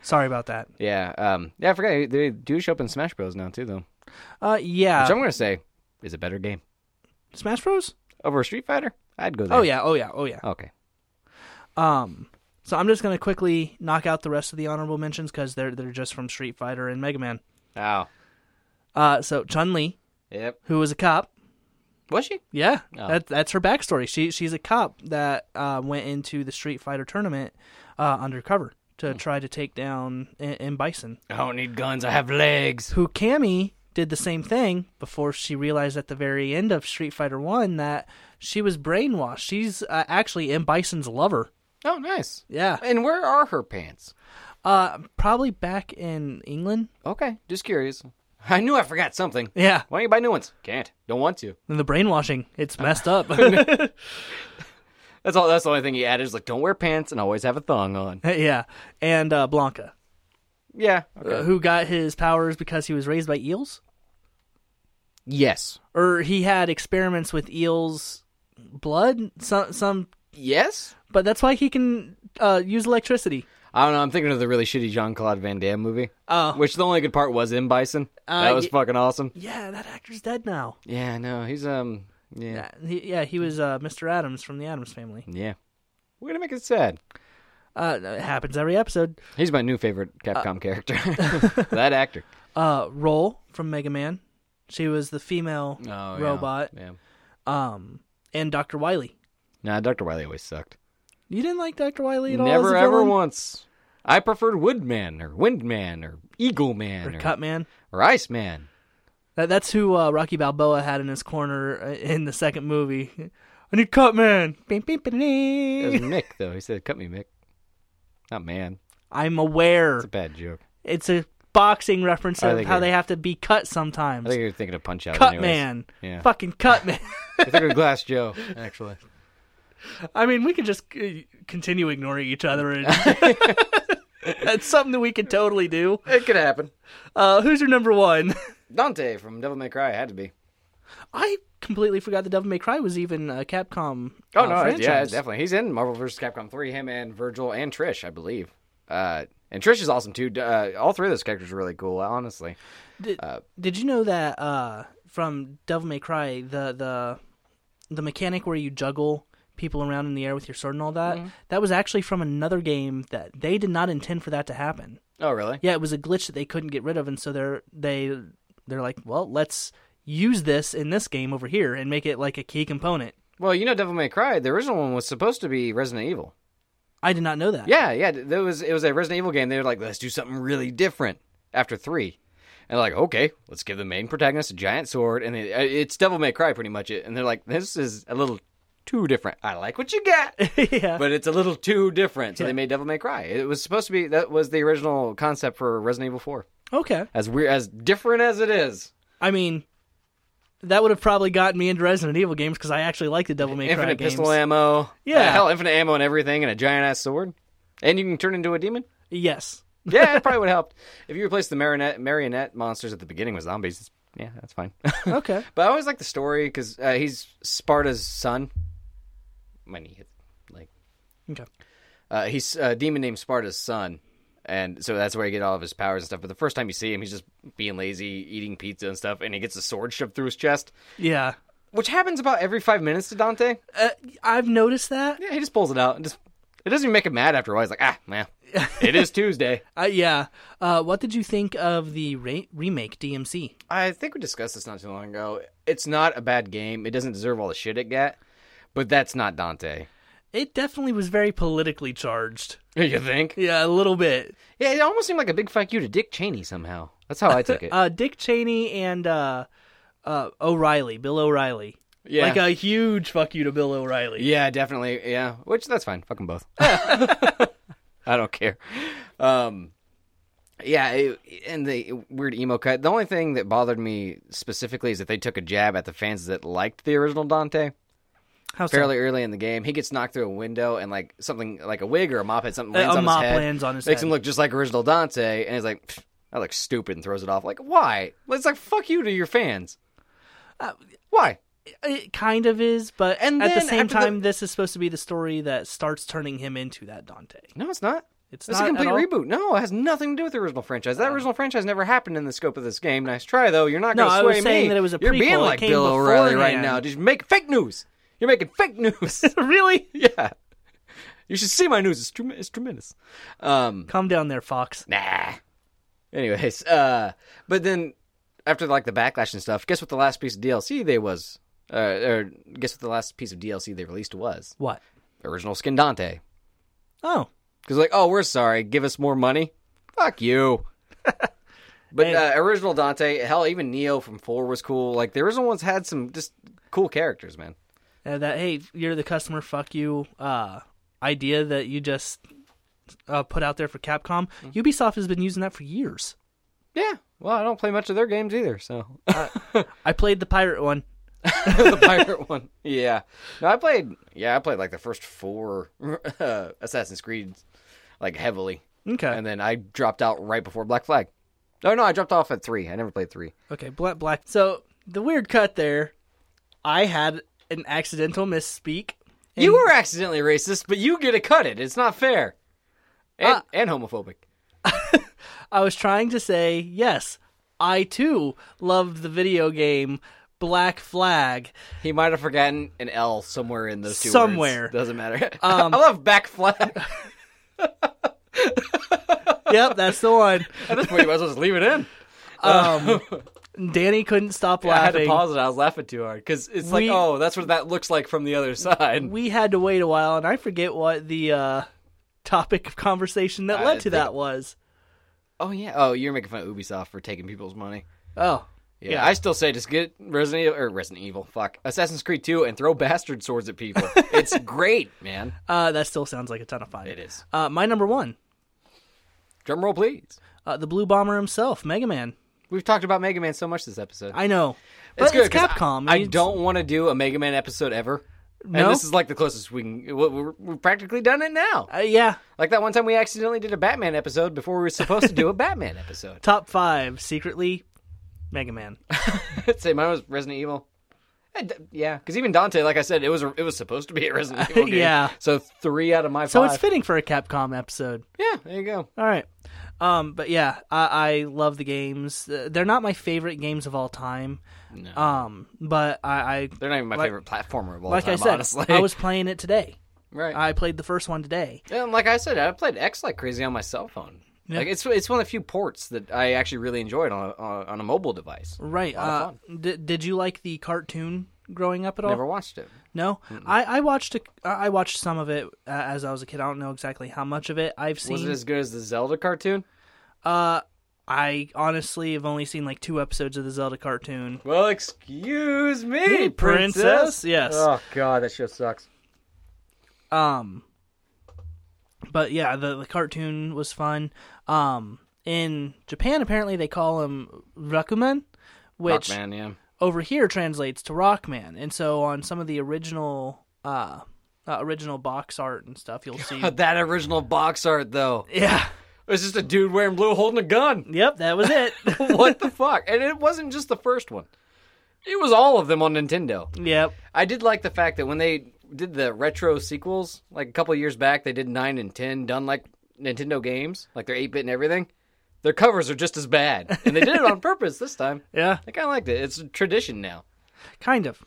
A: Sorry about that.
B: yeah, um, yeah. I forgot they do show up in Smash Bros. now too, though. Which
A: Uh, yeah,
B: I'm gonna say is a better game
A: Smash Bros.
B: over Street Fighter. I'd go there.
A: Oh yeah, oh yeah, oh yeah.
B: Okay.
A: Um, so I'm just gonna quickly knock out the rest of the honorable mentions because they're they're just from Street Fighter and Mega Man.
B: Oh,
A: Uh, so Chun Li,
B: yep.
A: who was a cop,
B: Was she?
A: yeah,
B: Oh.
A: that, that's her backstory. She she's a cop that uh, went into the Street Fighter tournament uh, undercover to try to take down M-, M Bison,
B: I don't need guns. I have legs.
A: who Cammy did the same thing before she realized at the very end of Street Fighter One that she was brainwashed. She's uh, actually M Bison's lover.
B: Oh, nice.
A: Yeah,
B: And where are her pants?
A: uh, probably back in England.
B: Okay, just curious. I knew I forgot something.
A: Yeah,
B: Why don't you buy new ones? Can't. Don't want to.
A: and the brainwashing.
B: Uh,
A: It's messed up.
B: That's all. That's the only thing he added is like, don't wear pants and always have a thong on.
A: yeah, and uh, Blanca,
B: Yeah.
A: uh, who got his powers because he was raised by eels.
B: Yes.
A: or he had experiments with eels blood some some
B: Yes.
A: but that's why he can uh, use electricity
B: I don't know. I'm thinking of the really shitty Jean Claude Van Damme movie,
A: Oh.
B: which the only good part was in Bison.
A: Uh,
B: that was
A: y-
B: fucking awesome.
A: yeah that actor's dead now
B: Yeah. No, he's um. Yeah. Yeah.
A: yeah he, yeah, he was uh, mr adams from the adams family
B: We're gonna make it sad.
A: uh, it happens every episode
B: He's my new favorite Capcom character. that actor.
A: uh, roll from mega man she was the female robot
B: Oh, Yeah.
A: um, and dr wiley
B: Nah, Doctor Wiley always sucked.
A: you didn't like dr wiley at all as
B: Never
A: a
B: ever
A: villain?
B: once. I preferred Woodman or Windman or Eagle Man
A: or
B: or,
A: cut man
B: or Iceman.
A: that, that's who uh, rocky balboa had in his corner uh, in the second movie i need cut man Bing, bing, bing,
B: It
A: bing.
B: was Mick though. He said, "Cut me, Mick." Not man.
A: I'm aware.
B: It's a bad joke.
A: It's a boxing reference
B: I
A: of
B: think
A: how
B: you're-
A: they have to be cut sometimes.
B: I think you're thinking of Punch Out.
A: Cut
B: anyways.
A: man.
B: Yeah.
A: Fucking cut man.
B: I think of Glass Joe. Actually.
A: I mean, we could just uh, continue ignoring each other. And... That's something that we could totally do.
B: It could happen.
A: Uh, who's your number one?
B: Dante from Devil May Cry had to be.
A: I completely forgot the Devil May Cry was even a Capcom.
B: Oh
A: uh,
B: no,
A: franchise.
B: yeah, definitely. He's in Marvel vs. Capcom three. Him and Virgil and Trish, I believe. Uh, and Trish is awesome too. D- Uh, all three of those characters are really cool. Honestly,
A: Did, did you know that uh, from Devil May Cry, the the the mechanic where you juggle people around in the air with your sword and all that, that was actually from another game that they did not intend for that to happen.
B: oh really?
A: Yeah, it was a glitch that they couldn't get rid of, and so they're they they're like, well, let's use this in this game over here and make it like a key component.
B: Well, you know, Devil May Cry, the original one was supposed to be Resident Evil.
A: I did not know that.
B: Yeah, yeah. th- There was it was a Resident Evil game. They were like, let's do something really different after three, and they're like, okay, let's give the main protagonist a giant sword, and it, uh, it's Devil May Cry pretty much it. And they're like, this is a little too different. I like what you got.
A: yeah.
B: but it's a little too different. So
A: Yeah.
B: they made Devil May Cry. It was supposed to be that was the original concept for Resident Evil Four.
A: okay.
B: As weird as different as it is,
A: I mean, that would have probably gotten me into Resident Evil games because I actually like the Devil May Cry
B: infinite
A: games.
B: pistol ammo,
A: Yeah.
B: uh, hell, infinite ammo and everything, and a giant ass sword, and you can turn into a demon.
A: yes.
B: Yeah, it probably would help if you replace the marionette marionette monsters at the beginning with zombies. It's, yeah, that's fine.
A: Okay.
B: But I always like the story because uh, he's Sparta's son. My knee hit. Like
A: Okay.
B: uh, he's a demon named Sparta's son, and so that's where he get all of his powers and stuff. But the first time you see him, he's just being lazy, eating pizza and stuff, and he gets a sword shoved through his chest,
A: Yeah.
B: which happens about every five minutes to Dante.
A: Uh, I've noticed that.
B: Yeah, he just pulls it out and just. It doesn't even make him mad after a while. He's like, ah, man, it is Tuesday.
A: Uh, yeah. Uh, what did you think of the re- remake DMC?
B: I think we discussed this not too long ago. It's not a bad game. It doesn't deserve all the shit it got, but that's not Dante.
A: It definitely was very politically charged.
B: You think?
A: Yeah, a little bit.
B: Yeah, it almost seemed like a big fuck you to Dick Cheney somehow. That's how I took it.
A: Uh, Dick Cheney and uh, uh, O'Reilly, Bill O'Reilly.
B: Yeah.
A: Like a huge fuck you to Bill O'Reilly.
B: Yeah, definitely. Yeah, which that's fine. Fuck 'em both. I don't care. Um, yeah, it, and the weird emo cut. The only thing that bothered me specifically is that they took a jab at the fans that liked the original Dante
A: How so?
B: fairly early in the game. He gets knocked through a window and like something like a wig or a mop head something
A: A-
B: lands
A: a
B: on
A: mop
B: his head.
A: lands on his
B: makes him
A: head.
B: look just like original Dante, and he's like, "Pfft, "I look stupid," and throws it off. Like, why? It's like fuck you to your fans.
A: Uh,
B: why?
A: It kind of is, but
B: And
A: at the
B: then
A: same
B: after the-
A: time, this is supposed to be the story that starts turning him into that Dante.
B: No, it's not.
A: It's
B: It's
A: not at
B: a complete
A: all- Uh,
B: reboot. No, it has nothing to do with the original franchise. That original franchise never happened in the scope of this game. Nice try, though. You're not
A: No,
B: going to
A: I
B: sway
A: was saying
B: me.
A: that it was a
B: You're
A: prequel.
B: being
A: It
B: like
A: came
B: Bill O'Reilly right
A: beforehand.
B: now. Just make fake news. You're making fake news.
A: really?
B: yeah. You should see my news. It's, trem- it's tremendous. Um,
A: Come down there, Fox.
B: nah. Anyways, uh, but then after like the backlash and stuff, guess what the last piece of DLC they was, uh, or guess what the last piece of DLC they released was
A: What?
B: original skin Dante.
A: Oh,
B: Because like, oh, we're sorry. Give us more money. Fuck you. but
A: Hey.
B: uh, original Dante, hell, even Neo from four was cool. Like the original ones had some just cool characters, man.
A: uh, that hey, you're the customer. Fuck you. Uh, idea that you just uh, put out there for Capcom.
B: Mm-hmm.
A: Ubisoft has been using that for years.
B: Yeah. Well, I don't play much of their games either, so
A: I played the pirate one.
B: the pirate one. Yeah. No, I played. Yeah, I played like the first four uh, Assassin's Creed, like heavily,
A: Okay.
B: and then I dropped out right before Black Flag. Oh no, I dropped off at three. I never played three.
A: Okay, black black. So the weird cut there, I had an accidental misspeak. and-
B: you were accidentally racist, but you get to cut it. It's not fair, and,
A: Uh,
B: and homophobic.
A: I was trying to say yes. I too loved the video game Black Flag.
B: He might have forgotten an L somewhere in those two.
A: Somewhere. Um,
B: words. doesn't matter. I love back flag.
A: Yep, that's the one.
B: At this point, you might as well just leave it in.
A: Um, Danny couldn't stop
B: I had to
A: laughing.
B: pause it. I was laughing too hard because it's
A: We-
B: like, oh, that's what that looks like from the other side.
A: we had to wait a while, and I forget what the uh, topic of conversation that
B: I
A: led to
B: think-
A: that was.
B: Oh yeah. Oh, you're making fun of Ubisoft for taking people's money.
A: Oh,
B: Yeah, I still say just get Resident Evil or Resident Evil. Fuck, Assassin's Creed 2 and throw bastard swords at people. it's great, man.
A: uh, that still sounds like a ton of fun.
B: It is.
A: Uh, my number one,
B: Drum roll, please.
A: uh, the Blue Bomber himself, Mega Man.
B: We've talked about Mega Man so much this episode.
A: I know,
B: it's
A: but
B: good
A: it's
B: 'cause I-
A: Capcom. mean,
B: I,
A: it's-
B: don't want to do a Mega Man episode ever.
A: No?
B: And this is like the closest we can. we- We're, we're practically done it now.
A: Uh, yeah,
B: Like that one time we accidentally did a Batman episode before we were supposed to do a Batman episode.
A: top five secretly mega man
B: Say mine was Resident Evil. And, uh, Yeah, because even Dante, like I said, it was it was supposed to be a Resident Evil game.
A: Yeah.
B: So three out of my
A: so
B: five.
A: it's fitting for a capcom episode
B: yeah, there you go.
A: all right um but yeah i, I love the games Uh, they're not my favorite games of all time
B: No.
A: um but i, I
B: They're not even my
A: like-
B: favorite platformer of all
A: like
B: time.
A: i said
B: honestly,
A: i was playing it today
B: right.
A: i played the first one today
B: and like I said, I played X like crazy on my cell phone.
A: Yeah.
B: Like it's it's one of the few ports that I actually really enjoyed on a, on a mobile device.
A: right uh,
B: lot
A: d- did you like the cartoon growing up at all
B: Never watched it.
A: no I, I watched a, i watched some of it uh, as i was a kid i don't know exactly how much of it i've seen
B: Was it as good as the Zelda cartoon?
A: Uh, I honestly have only seen like two episodes of the Zelda cartoon.
B: Well, excuse me,
A: Hey, princess. Yes.
B: Oh god, that show sucks.
A: Um, but yeah, the, the cartoon was fun. Um, in Japan, apparently they call him Rakuman, which
B: Rockman, yeah.
A: over here translates to Rockman. And so on some of the original, uh, uh original box art and stuff, you'll see.
B: But that original box art though,
A: yeah.
B: it was just a dude wearing blue holding a gun.
A: Yep, that was it.
B: what the fuck? And it wasn't just the first one. It was all of them on Nintendo.
A: yep.
B: I did like the fact that when they did the retro sequels, like a couple of years back, they did nine and ten, done like Nintendo games, like they're eight bit and everything. Their covers are just as bad, and they did it on purpose this time.
A: Yeah.
B: I kind of liked it. It's a tradition now.
A: kind of.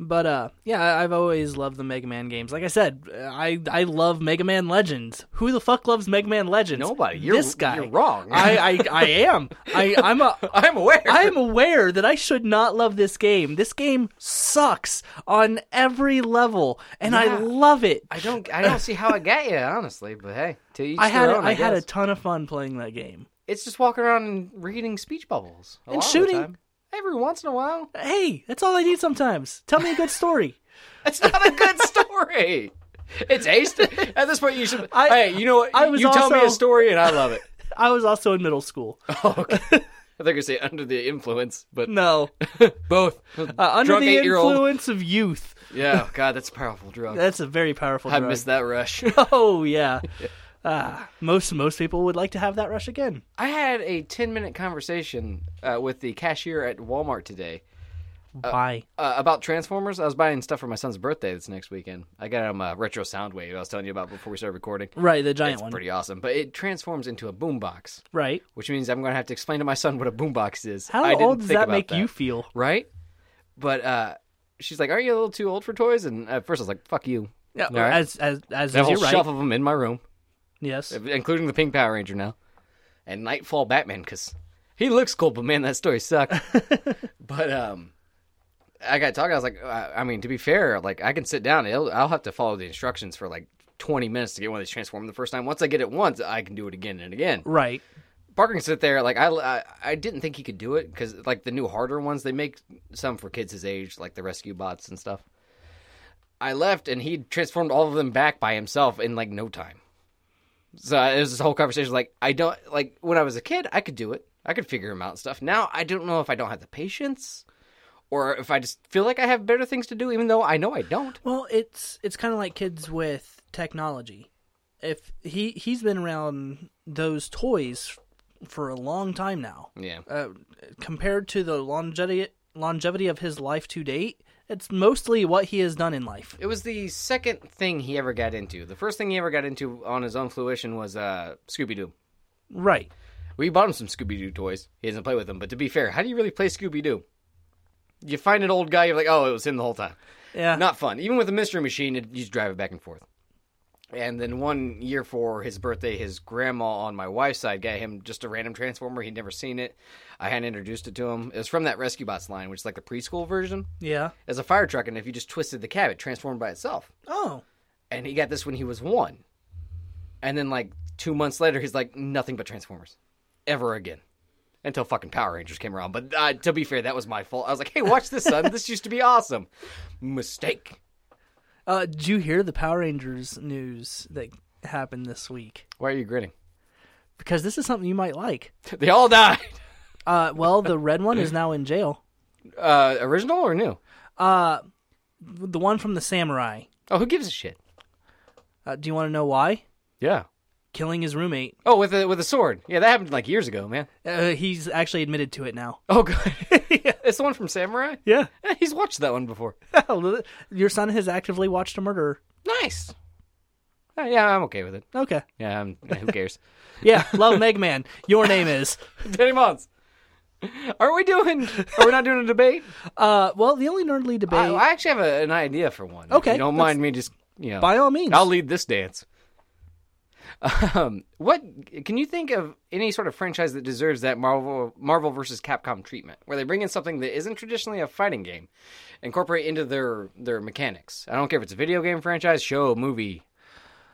A: But uh, yeah, I- I've always loved the Mega Man games. Like I said, I I love Mega Man Legends. Who the fuck loves Mega Man Legends?
B: Nobody. You're-
A: this guy.
B: you're wrong.
A: I, I I am. I I'm a.
B: I'm aware.
A: I am aware that I should not love this game. This game sucks on every level, and I
B: Yeah.
A: love it.
B: I don't. I don't see how it got you, honestly. But hey, to each
A: I had
B: their own. I,
A: I had a
B: guess.
A: ton of fun playing that game.
B: it's just walking around and reading speech bubbles a
A: And
B: lot of the
A: shooting.
B: time. every once in a while.
A: Hey, that's all I need sometimes. Tell me a good story.
B: It's not a good story. It's a st- at this point you should.
A: I-
B: hey, you know what?
A: I was
B: you tell me
A: also-
B: a story and I love it.
A: I was also in middle school.
B: Oh, okay. I think I say under the influence, but
A: No,
B: both.
A: uh, under
B: Drunk
A: the
B: eight-year-old.
A: influence of youth.
B: Yeah, oh, God, that's a powerful drug.
A: That's a very powerful.
B: I
A: drug.
B: missed that rush.
A: Oh yeah. Ah, most most people would like to have that rush again.
B: I had a ten-minute conversation uh, with the cashier at Walmart today
A: Why?
B: uh, about Transformers. I was buying stuff for my son's birthday this next weekend. I got him a retro Soundwave I was telling you about before we started recording.
A: Right, the giant
B: It's
A: one.
B: pretty awesome, but it transforms into a boombox,
A: Right.
B: which means I'm going to have to explain to my son what a boombox is.
A: How
B: I didn't
A: old does
B: think
A: that
B: about
A: make you feel?
B: right? But uh, she's like, "Aren't you a little too old for toys?" And at first, I was like, "Fuck you."
A: Yeah,
B: All right.
A: as as as
B: I have a
A: you're
B: whole
A: right.
B: shelf of them in my room,
A: Yes,
B: including the Pink Power Ranger now, and Nightfall Batman because he looks cool, but man, that story sucked. but um, I got talking. I was like, "Uh, I, I mean, to be fair, like I can sit down. It'll, I'll have to follow the instructions for like. 20 minutes to get one of these transformed the first time. Once I get it once, I can do it again and again.
A: right.
B: Parker can sit there. Like I, I, I didn't think he could do it because like the new harder ones, they make some for kids his age, like the rescue bots and stuff. I left and he transformed all of them back by himself in like no time. So it was this whole conversation. Like I don't like when I was a kid, I could do it. I could figure him out and stuff. Now I don't know if I don't have the patience, or if I just feel like I have better things to do, even though I know I don't.
A: Well, it's it's kind of like kids with technology. If he he's been around those toys for a long time now,
B: Yeah,
A: uh, compared to the longevity longevity of his life to date, it's mostly what he has done in life.
B: it was the second thing he ever got into. The first thing he ever got into on his own fruition was uh, Scooby Doo.
A: Right.
B: We bought him some Scooby Doo toys. He doesn't play with them. But to be fair, how do you really play Scooby Doo? You find an old guy, you're like, oh, it was him the whole time.
A: Yeah.
B: Not fun. Even with the mystery machine, it, you just drive it back and forth. And then one year for his birthday, his grandma on my wife's side got him just a random transformer. He'd never seen it. I hadn't introduced it to him. It was from that Rescue Bots line, which is like the preschool version.
A: Yeah.
B: It's a fire truck, and if you just twisted the cab, it transformed by itself
A: Oh.
B: and he got this when he was one. And then like two months later, he's like nothing but Transformers, ever again, until fucking Power Rangers came around. But uh, to be fair, that was my fault. I was like, hey, watch this, son. this used to be awesome. Mistake.
A: Uh, did you hear the Power Rangers news that happened this week?
B: Why are you grinning?
A: Because this is something you might like.
B: They all died.
A: Uh, well, the red one is now in jail.
B: Uh, original or new?
A: Uh, the one from the samurai.
B: Oh, who gives a shit?
A: Uh, do you want to know why?
B: Yeah.
A: Killing his roommate.
B: Oh, with a with a sword. Yeah, that happened like years ago, man.
A: Uh, he's actually admitted to it now.
B: Oh, god. It's the one from Samurai.
A: Yeah.
B: Yeah, he's watched that one before.
A: Your son has actively watched a murderer.
B: Nice. Uh, yeah, I'm okay with it.
A: Okay.
B: Yeah, I'm, who cares?
A: Yeah. Love Meg Man. Your name is.
B: Danny Mons. Are we doing? Are we not doing a debate?
A: Uh, well, the only nerdly debate.
B: I, I actually have a, an idea for one. if
A: Okay,
B: you don't
A: let's-
B: mind me just you know.
A: by all means.
B: I'll lead this dance. Um, what can you think of any sort of franchise that deserves that Marvel Marvel versus Capcom treatment, where they bring in something that isn't traditionally a fighting game, incorporate into their their mechanics? I don't care if it's a video game franchise, show, movie,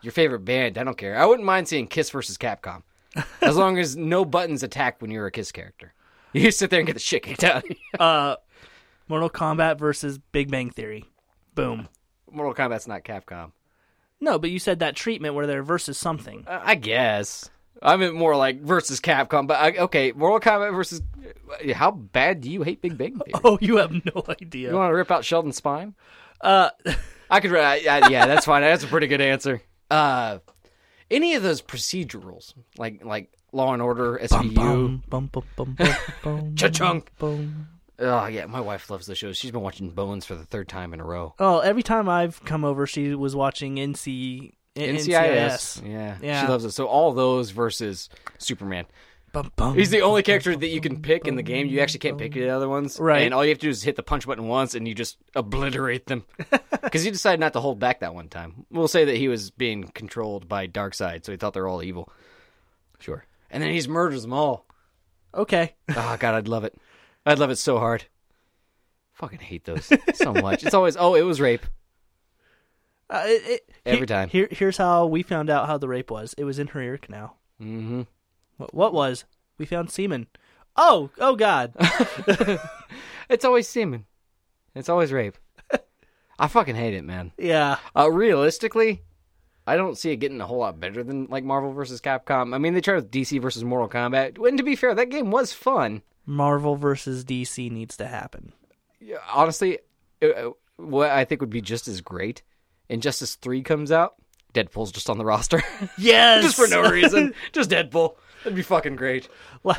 B: your favorite band. I don't care. I wouldn't mind seeing Kiss versus Capcom, as long as no buttons attack when you're a Kiss character. You sit there and get the shit kicked out. of you.
A: uh, Mortal Kombat versus Big Bang Theory. Boom.
B: Mortal Kombat's not Capcom.
A: No, but you said that treatment where they're versus something.
B: Uh, I guess. I meant more like versus Capcom, but I, okay, Mortal Kombat versus. How bad do you hate Big Bang Theory?
A: Oh, you have no
B: You
A: idea.
B: want to rip out Sheldon Spine?
A: Uh,
B: I could. Uh, yeah, yeah, that's fine. That's a pretty good answer. Uh, any of those procedurals, like like Law and Order, SVU.
A: bum, bum, bum, bum, bum,
B: Cha-chunk.
A: bum.
B: Oh yeah, my wife loves the show. She's been watching Bones for the third time in a row.
A: Oh, every time I've come over, she was watching NC, NCIS.
B: Yeah.
A: Yeah.
B: she loves it. So all those versus Superman.
A: Bum, bum.
B: He's the only character that you can pick in the game. You actually can't pick the other ones.
A: Right.
B: And all you have to do is hit the punch button once and you just obliterate them. Because he decided not to hold back that one time. We'll say that he was being controlled by Darkseid, so he thought they were all evil. Sure. And then he just murders them all.
A: okay.
B: Oh, God, I'd love it. I'd love it so hard. Fucking hate those so much. It's always, oh, it was rape.
A: Uh, it, it,
B: Every
A: he-
B: time.
A: Here, here's how we found out how the rape was. It was in her ear canal.
B: Mm-hmm.
A: What, what was? We found semen. Oh, oh God.
B: It's always semen. It's always rape. I fucking hate it, man.
A: yeah.
B: Uh, realistically, I don't see it getting a whole lot better than like Marvel versus Capcom. I mean, they tried with DC versus Mortal Kombat. And to be fair, that game was fun.
A: Marvel versus DC needs to happen.
B: Yeah, Honestly, uh, what I think would be just as great, Injustice Three comes out, Deadpool's just on the roster
A: Yes.
B: just for no reason, just Deadpool. That'd be fucking great.
A: Li-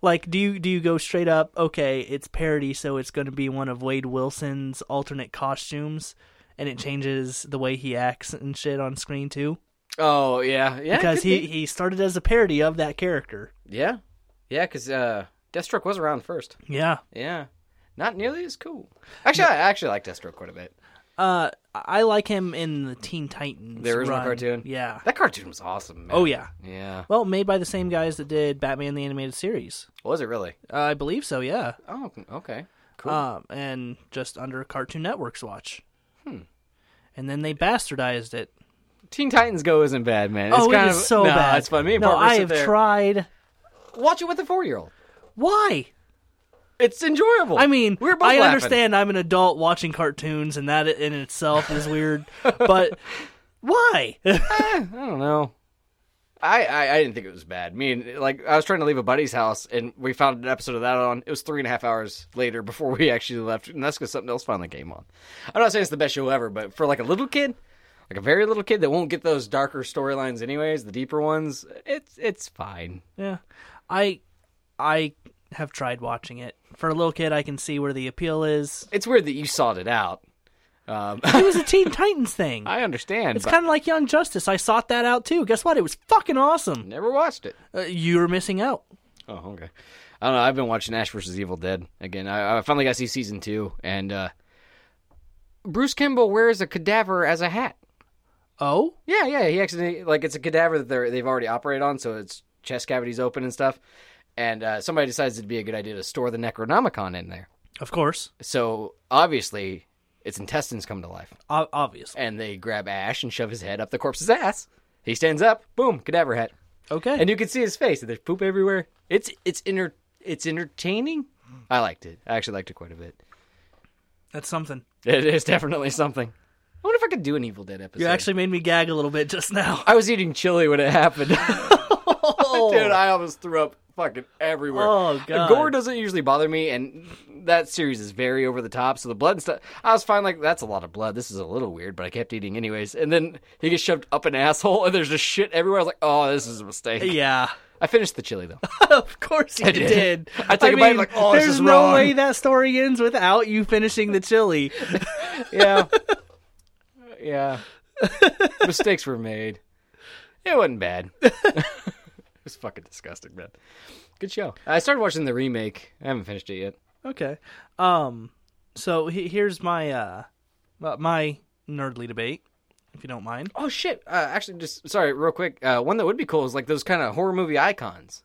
A: like do you do you go straight up okay it's parody so it's going to be one of wade wilson's alternate costumes and it changes the way he acts and shit on screen too
B: Oh yeah, yeah, it
A: because
B: could
A: he
B: be.
A: he started as a parody of that character
B: yeah, yeah, because uh, Deathstroke was around first.
A: yeah
B: Yeah, not nearly as cool. Actually, I actually like Deathstroke quite a bit.
A: uh I like him in the Teen Titans.
B: The original
A: run.
B: cartoon?
A: Yeah.
B: That cartoon was awesome, man.
A: Oh yeah.
B: Yeah.
A: Well, made by the same guys that did Batman the animated series.
B: Was it really?
A: Uh, I believe so. Yeah.
B: Oh, okay. Cool.
A: Um, and just under Cartoon Network's watch. Hmm. And then they bastardized it.
B: Teen Titans Go isn't bad, man. It's
A: oh,
B: kind
A: it is
B: of,
A: so
B: no,
A: bad.
B: It's fun. Me and
A: no,
B: Barbara
A: I
B: sit
A: have
B: there.
A: tried.
B: Watch it with a four-year-old.
A: Why?
B: It's enjoyable.
A: I mean,
B: we were both
A: I
B: laughing.
A: understand I'm an adult watching cartoons, and that in itself is weird. but why?
B: I don't know. I, I I didn't think it was bad. Me and like I was trying to leave a buddy's house, and we found an episode of that on. It was three and a half hours later before we actually left, and that's because something else finally came on. I'm not saying it's the best show ever, but for like a little kid, like a very little kid that won't get those darker storylines anyways, the deeper ones, it's it's fine.
A: Yeah, I I have tried watching it. For a little kid, I can see where the appeal is.
B: It's weird that you sought it out. Um,
A: It was a Teen Titans thing.
B: I understand.
A: It's
B: but
A: kind of like Young Justice. I sought that out too. Guess what? It was fucking awesome.
B: never watched it.
A: Uh, you were missing out.
B: Oh, okay. I don't know. I've been watching Ash versus Evil Dead again. I, I finally got to see season two, and uh, Bruce Campbell wears a cadaver as a hat.
A: Oh,
B: Yeah, yeah. He accidentally like it's a cadaver that they're, they've already operated on, so its chest cavities open and stuff. And uh, somebody decides it'd be a good idea to store the Necronomicon in there.
A: of course,
B: So obviously, its intestines come to life,
A: o- obviously.
B: and they grab Ash and shove his head up the corpse's ass. He stands up. Boom, cadaver hat.
A: Okay.
B: and you can see his face. And there's poop everywhere. It's it's inter it's entertaining.
A: Hmm.
B: I liked it. I actually liked it quite a bit.
A: That's something.
B: It is definitely something. I wonder if I could do an Evil Dead episode.
A: You actually made me gag a little bit just now.
B: I was eating chili when it happened. Oh, Dude, I almost threw up fucking everywhere.
A: Oh, God.
B: Gore doesn't usually bother me, and that series is very over the top. So the blood and stuff, I was fine. Like that's a lot of blood. This is a little weird, but I kept eating anyways. And then he gets shoved up an asshole, and there's just shit everywhere. I was like, oh, this is a mistake.
A: Yeah.
B: I finished the chili though.
A: of course you
B: did.
A: did.
B: I took a bite, like, oh, this
A: there's
B: is
A: no
B: wrong.
A: way that story ends without you finishing the chili.
B: Yeah. yeah. Mistakes were made. It wasn't bad. it was fucking disgusting, man. Good show. I started watching the remake. I haven't finished it yet.
A: okay. Um. So he- here's my uh, uh, my nerdly debate, if you don't mind.
B: Oh shit! Uh, actually, just sorry, real quick. Uh, one that would be cool is like those kind of horror movie icons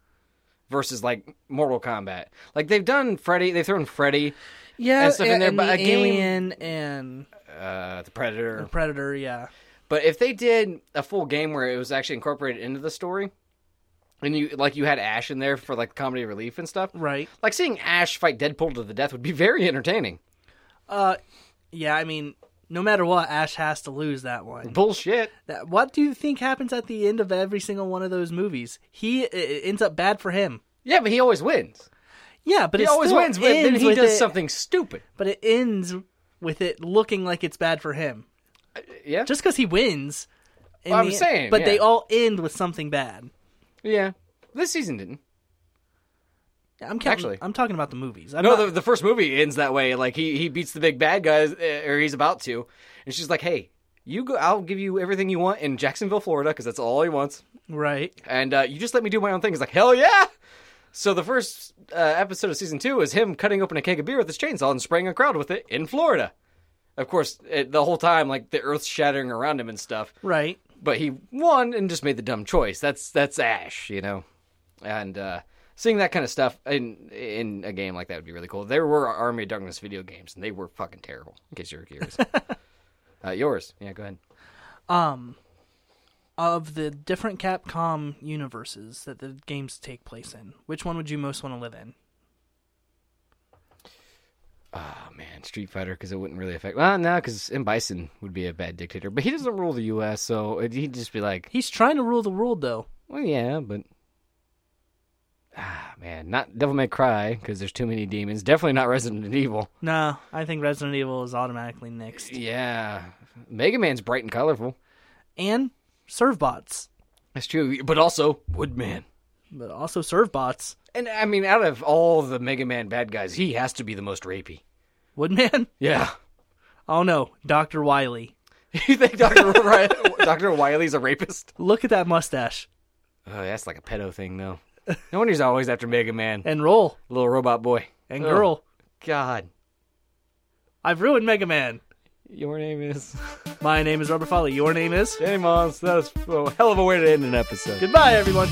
B: versus like Mortal Kombat. Like they've done Freddy. They've thrown Freddy,
A: Yeah,
B: And stuff in
A: and-
B: there,
A: and
B: but
A: the
B: again, we-
A: Alien and
B: uh, the Predator.
A: Predator. Yeah.
B: But if they did a full game where it was actually incorporated into the story, and you like you had Ash in there for like comedy relief and stuff,
A: Right.
B: Like seeing Ash fight Deadpool to the death would be very entertaining.
A: Uh. Yeah. I mean, no matter what, Ash has to lose that one.
B: Bullshit.
A: That- What do you think happens at the end of every single one of those movies? He it- it ends up bad for him.
B: Yeah, but he always wins.
A: Yeah, but
B: He
A: it
B: always
A: still
B: wins, but then
A: ends
B: he
A: with
B: does
A: it-
B: something stupid.
A: but it ends with it looking like it's bad for him.
B: Yeah.
A: Just because he wins. in
B: Well, I'm
A: the-
B: saying,
A: but
B: yeah.
A: they all end with something bad.
B: yeah. This season didn't.
A: I'm counting,
B: Actually.
A: I'm talking about the movies. I'm
B: No,
A: not-
B: the, the first movie ends that way. Like he, he beats the big bad guy, uh, or he's about to, and she's like, "Hey, you go. I'll give you everything you want in Jacksonville, Florida, because that's all he wants."
A: right.
B: and uh, you just let me do my own thing. He's like, hell yeah! So the first uh, episode of season two is him cutting open a keg of beer with his chainsaw and spraying a crowd with it in Florida. Of course, it, the whole time, like the earth's shattering around him and stuff.
A: Right.
B: But he won and just made the dumb choice. That's that's Ash, you know. And uh, seeing that kind of stuff in in a game like that would be really cool. There were Army of Darkness video games, and they were fucking terrible. In case you're curious. uh, yours, yeah. Go ahead.
A: um, Of the different Capcom universes that the games take place in, which one would you most want to live in?
B: Oh man, Street Fighter because it wouldn't really affect. Well, no, because M Bison would be a bad dictator, but he doesn't rule the U.S., so it, he'd just be like,
A: He's trying to rule the world, though.
B: well, yeah, but ah man, not Devil May Cry because there's too many demons. Definitely not Resident Evil.
A: Nah, I think Resident Evil is automatically next.
B: Yeah, Mega Man's bright and colorful.
A: And Servbots.
B: That's true, but also Woodman.
A: But also Servbots.
B: And I mean, out of all the Mega Man bad guys, he has to be the most rapey.
A: Woodman?
B: Yeah,
A: Oh no, Dr. Wily.
B: you think Doctor Doctor Wiley's a rapist?
A: Look at that mustache.
B: Oh, that's like a pedo thing, though. No wonder he's always after Mega Man,
A: And roll.
B: little robot boy.
A: And
B: Ugh.
A: girl.
B: God.
A: I've ruined Mega Man.
B: Your name is
A: My name is Robert Folly. Your name is?
B: Danny Moss. That is a hell of a way to end an episode.
A: Goodbye, everyone.